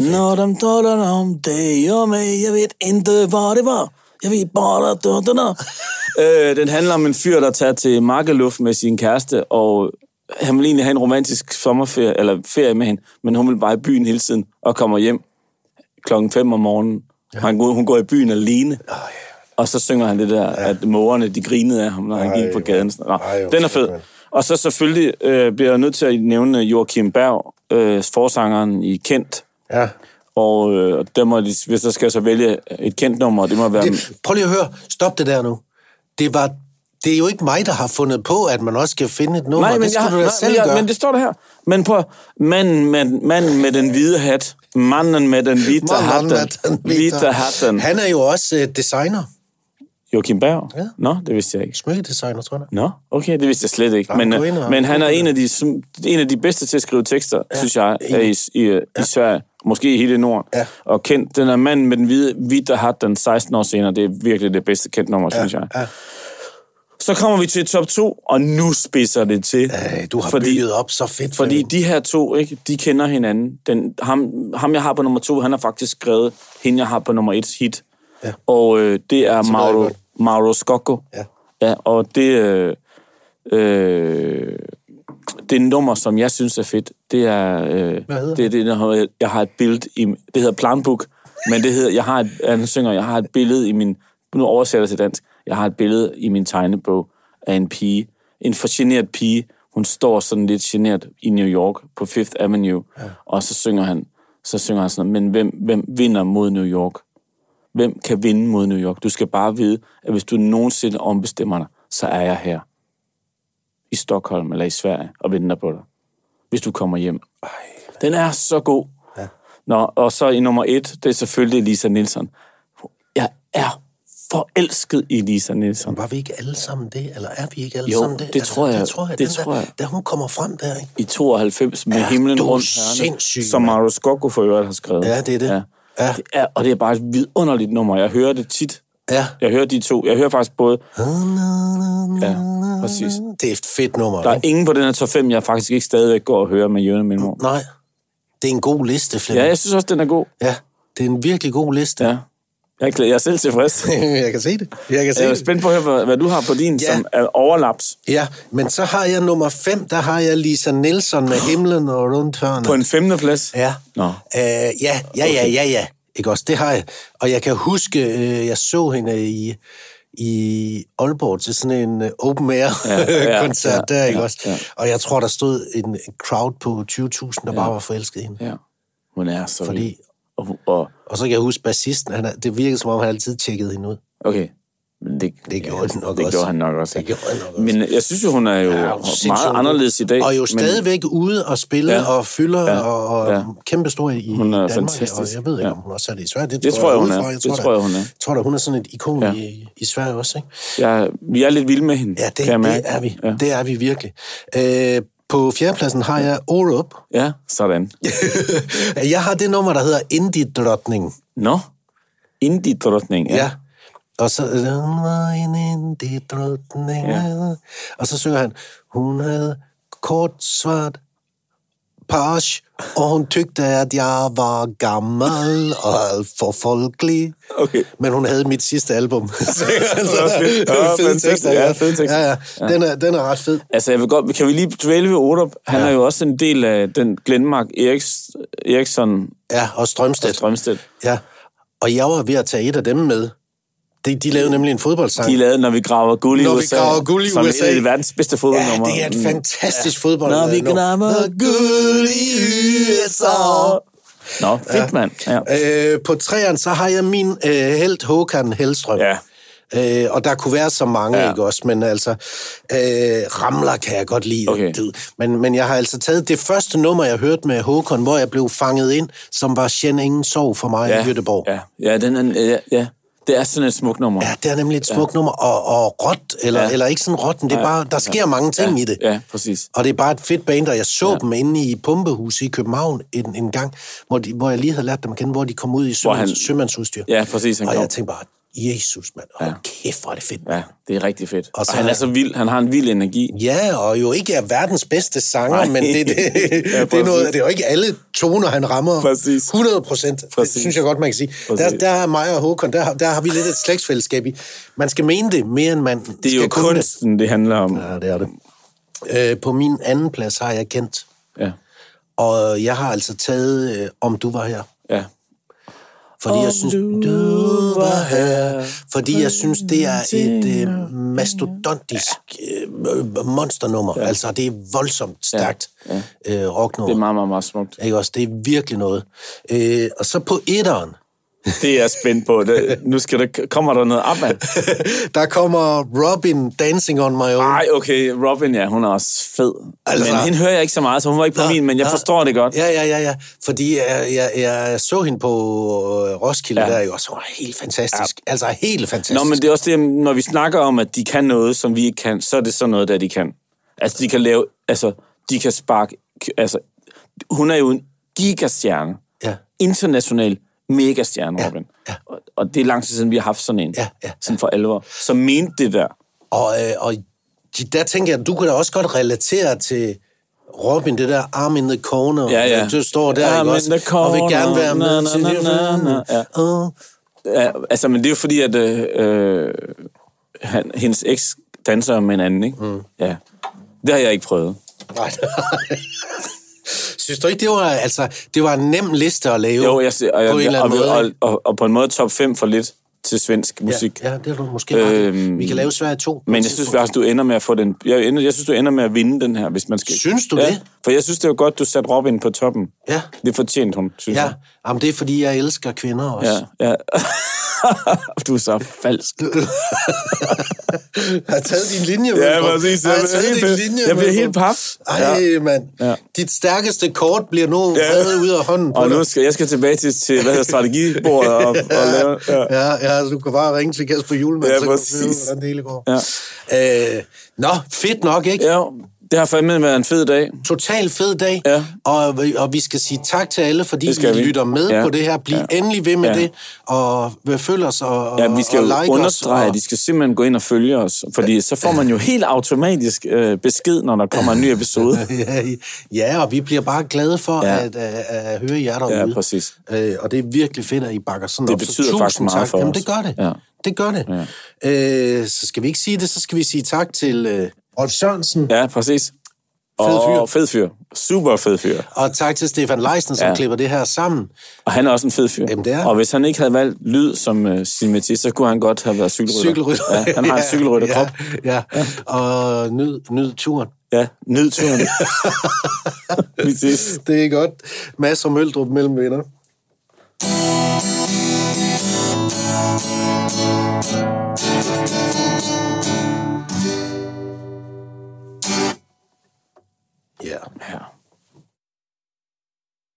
når de taler om dig og mig. Jeg ved ikke, hvor det var. Jeg ved bare, at du- du- du- øh, Den handler om en fyr, der tager til Magaluf med sin kæreste, og han vil egentlig have en romantisk sommerferie, eller ferie med hende, men hun vil bare i byen hele tiden og kommer hjem klokken 5 om morgenen. Ja. Han, går- hun går i byen alene. Ej. Og så synger han det der, ja. at morerne, de grinede af ham, når han Ej, gik på hvor- gaden. Nå, ej, hvor den er fedt, fed. mand. Og så selvfølgelig øh, bliver jeg nødt til at nævne Joachim Berg, øh, forsangeren i Kent. Ja. Og øh, der må, de- hvis der skal jeg så vælge et kendt nummer, det må være... Det... Det, prøv lige at høre. Stop det der nu. Det var... Det er jo ikke mig, der har fundet på, at man også skal finde et nummer. Nej, men, det skal jeg, du da nej, selv men, jeg, gøre. men det står der her. Men på manden med, manden med den hvide hat, manden med den hvide Manden med den hatten, hvide- hvide hatten, Han er jo også øh, designer. Joachim Berg. Ja. Nå, det vidste jeg ikke. Smykkedesigner, tror jeg. Nå, okay, det vidste jeg slet ikke. Nej, Men, gå ind og- øh, men han er en af, de, som- en af de bedste til at skrive tekster, ja, synes jeg, er i, i, ja. i Sverige. Måske i hele Norden. Ja. Og kendt, den er manden med den hvide, hvide der har den 16 år senere. Det er virkelig det bedste kendt nummer, ja. synes jeg. ja. Så kommer vi til top 2, og nu spidser det til. Ej, du har fordi, bygget op så fedt. Fordi de her to, ikke, de kender hinanden. Den, ham, ham, jeg har på nummer to, han har faktisk skrevet hende, jeg har på nummer et hit. Ja. Og øh, det er Mauro, godt. Mauro Scocco. Ja. ja. og det... Øh, øh, det nummer, som jeg synes er fedt, det er... Øh, Hvad hedder det? er det der hedder, jeg har et billede i... Det hedder Planbook, men det hedder... Jeg har et, han synger, jeg har et billede i min... Nu oversætter jeg til dansk. Jeg har et billede i min tegnebog af en pige. En forgeneret pige. Hun står sådan lidt generet i New York på Fifth Avenue. Ja. Og så synger han så synger han sådan noget, men hvem, hvem vinder mod New York? Hvem kan vinde mod New York? Du skal bare vide, at hvis du nogensinde ombestemmer dig, så er jeg her i Stockholm eller i Sverige og venter på dig, hvis du kommer hjem. Ej. Den er så god. Ja. Nå, og så i nummer et, det er selvfølgelig Lisa Nielsen. Jeg er forelsket i Lisa Nielsen. Var vi ikke alle sammen det, eller er vi ikke alle Jo, sammen det? Altså, det tror jeg. Det tror jeg. Det den tror der, jeg. Da hun kommer frem der, ikke? I 92 med Er himlen du rundt sindssyg, som mand? Mario Skokko for øvrigt har skrevet. Ja, det er det. Ja. det er, og det er bare et vidunderligt nummer. Jeg hører det tit. Ja. Jeg hører de to. Jeg hører faktisk både... Ja, præcis. Det er et fedt nummer. Der er ikke? ingen på den her top 5, jeg faktisk ikke stadigvæk går og hører med Jørgen min mor. Nej. Det er en god liste, Flemming. Ja, jeg synes også, den er god. ja. Det er en virkelig god liste. Ja. Jeg er, glad- jeg er selv tilfreds. jeg kan se det. Jeg kan se Jeg er det. spændt på at høre, hvad, hvad du har på din, Ja. ja. som er overlaps Ja, men så har jeg nummer 5, der har jeg Lisa Nielsen med himlen og rundt hørnet. på en femte plads. Ja. Nå. Øh, ja, ja, ja, ja, ja. Ikke også? Det har jeg. Og jeg kan huske, øh, jeg så hende i, i Aalborg til sådan en øh, open ja, air-koncert ja, ja, ja, der, ikke ja, også? Ja. ja. Og jeg tror, der stod en crowd på 20.000, der ja. bare var forelsket i hende. Ja. Hun er så Fordi- vild. Og, og, Og så kan jeg huske bassisten, han, er- det virkede som om, han altid tjekkede hende ud. okay. Men det, Det gjorde den nok det også. Gjorde han nok også. Det gjorde han nok også. Men jeg synes jo, hun er jo ja, sindssygt meget god. anderledes i dag. Og jo men stadigvæk ude og spille ja. Ja. og fylder ja. Ja. og, og ja. Ja. kæmpestor i Hun er Danmark. Og fantastisk. jeg ved ikke, Ja. om hun også er det i Sverige. Det, Det tror jeg, hun udefra. er. Det da- tror jeg, hun er. tror da, hun er sådan et ikon ja. Ja. i, i Sverige også, ikke? Jeg, vi er lidt vilde med hende, Ja, det, kan jeg mærke. det er vi. Ja. Ja, Det er vi virkelig. Øh, på fjerdepladsen har jeg Orup. ja sådan. Jeg har det nummer, der hedder Indie-drottning. Nå, indie-drottning. Ja. ja. Og så... Den var en indie-drottning. Ja. Ja. Og så synger han... Hun havde kort, svart page, og hun tykte, at jeg var gammel og alt for folkelig. Okay. Men hun havde mit sidste album. så fedt. der Ja, er fede fantastisk. tekster, Ja, ja. fede tekster. Ja, ja. Den er, den er ret fed. Altså, jeg vil godt, kan vi lige dvæle ved Orup? Han Ja. ja. er jo også en del af den Glenmark Eriks, Eriksson Ja, og og Strømstedt. Strømstedt. Ja, og jeg var ved at tage et af dem med. De, de lavede nemlig en fodboldsang. De lavede, når vi graver guld i Når vi USA. graver guld i som USA. Som et af de verdens bedste Mm. ja, fodboldnummer. det er et fantastisk ja. fodbold. Når vi nummer. graver guld i USA. Nå, fedt mand. Ja. Øh, på træerne, så har jeg min øh, held Håkan Hellstrøm. Ja. Øh, og der kunne være så mange, ja. Ja. ikke også? Men altså, øh, Ramler kan jeg godt lide. Okay. Du- Men, men jeg har altså taget det første nummer, jeg hørte med Håkon, hvor jeg blev fanget ind, som var Sjen Ingen Sov for mig ja. i Göteborg. Ja, ja, den er, ja, ja. det er sådan et smukt nummer. Ja, det er nemlig et smukt ja. nummer, og, og råt, eller, ja. Ja. eller ikke sådan råt, men det er bare, der sker ja. mange ting ja. i det. Ja, præcis. Og det er bare et fedt band, og jeg så ja. dem inde i Pumpehuset i København en, en gang, hvor, de, hvor jeg lige havde lært dem at kende, hvor de kom ud i sømands, han- sømandsudstyr. Ja, præcis. Han og kom. jeg tænkte bare, Jesus mand, hold ja. kæft, hvor er det fedt. Ja. Ja, det er rigtig fedt. Og, så så, og han er- er så vild. Han har en vild energi. ja, og jo ikke er verdens bedste sanger, Nej. men det, det, Ja, det, er noget, præcis. det er jo ikke alle toner, han rammer Præcis. 100 procent. Det Præcis. synes jeg godt, man kan sige. Der, Præcis. der er mig og Håkon, der, har- der har vi lidt et slægtsfællesskab i. Man skal mene det mere, end man Det er skal jo kunne det. kunsten, det handler om. Ja, det er det. Øh, på min anden plads har jeg kendt, Ja. og jeg har altså taget, øh, om du var her. ja. Fordi jeg synes, du var her. Fordi jeg synes, det er et øh, mastodontisk øh, monsternummer. Ja. Altså, det er voldsomt stærkt ja. Ja. Øh, Det er rocknummer. meget, meget, meget smukt. Ikke også? Det er virkelig noget. Øh, og så på etteren, Det er jeg spændt på. Det, nu skal der, kommer der noget op, mand. der kommer Robin Dancing on my own. Ej, okay, Robin, ja, hun er også fed. Altså- Altså, men hende hører jeg ikke så meget, så hun var ikke på Nå, min, men jeg nå. forstår det godt. Ja, ja, ja, ja. Fordi jeg, jeg, jeg så hende på øh, Roskilde ja. Ja. der, jo, og så var det helt fantastisk. Ja. Altså, helt fantastisk. Nå, men det er også det, når vi snakker om, at de kan noget, som vi ikke kan, så er det sådan noget, der de kan. Altså, de kan lave, altså, de kan sparke, altså, hun er jo en gigastjerne. Ja. International megastjerne, Robin. ja. Og, og, det er lang tid siden, vi har haft sådan en. Ja, ja, Sådan for alvor. Som mente det der. Og, øh, og de- der tænker jeg, du kan da også godt relatere til Robin, det der arm in the corner. Ja, ja. Du står der, Arm ikke in også? the Og vil gerne være med corner, na, til na, na, det. na, na. Ja. Ja, altså, men det er jo fordi, at øh, øh, han, hendes eks danser med en anden, ikke? Mm. Ja. Det har jeg ikke prøvet. Nej, nej. Synes du ikke, det var, altså, det var en nem liste at lave? Jo, jeg, ser- og, jeg, på en eller og, anden måde. og, ikke? og, og på en måde top 5 for lidt til svensk musik. Ja, ja, det er du måske øhm, ret. i. Vi kan lave Sverige 2. Men jeg synes faktisk, du ender med at få den... Jeg, ender, jeg synes, du ender med at vinde den her, hvis man skal... Synes du ja, det? For jeg synes, det var godt, du satte Robin på toppen. Ja. Det fortjente hun, synes Ja, jeg. jamen, det er fordi, jeg elsker kvinder også. Ja. Ja, ja. du er så falsk. Jeg har taget din linje, Ja, Mølgaard. præcis. Jeg har Jeg bliver taget din helt- linje, jeg bliver Mølgaard. helt paf. Ej, ja. mand. Ja. Ja. Dit stærkeste kort bliver nu ja. reddet ud af hånden på Og nu dig. skal jeg skal tilbage til, til hvad hedder strategibordet og, og lave... Ja. Ja, ja, så du kan bare ringe til Kasper Julemand, Ja, så kan du præcis. finde ud, af, hvordan det hele går. Ja. Øh, nå, fedt nok, ikke? ja, det har fandme været en fed dag. Total fed dag, Ja. og, og vi skal sige tak til alle, fordi Det vi, skal vi. lytter med Ja. på det her. Bliv Ja. ja. endelig ved med Ja. ja. det, og følg os og, Ja, vi skal og jo like understrege, os. at de skal simpelthen gå ind og følge os, fordi så får man jo helt automatisk øh, besked, når der kommer en ny episode. Ja, ja, og vi bliver bare glade for Ja. ja. at, at, at høre jer derude. Ja, præcis. Øh, og det er virkelig fedt, at I bakker sådan Det op. Så betyder tusind faktisk meget tak. for Jamen, os. det gør det. Ja. Det gør det. Ja. Øh, så skal vi ikke sige det, så skal vi sige tak til øh, Rolf Sørensen, Ja, præcis. Fed fyr. Og fed fyr. Super fed fyr. og tak til Stefan Leisen, som Ja. ja. klipper det her sammen. Og han er også en fed fyr. Jamen, det er han. Og hvis han ikke havde valgt lyd som øh, sin metier, så kunne han godt have været cykelrytter. Cykelrytter. Ja, han har en cykelrytterkrop. Ja, ja. ja. Og nyd, nyd turen. Ja, nyd turen. Vi ses. Det er godt. Masser af møldrup mellem venner. Ja. Yeah. Ja.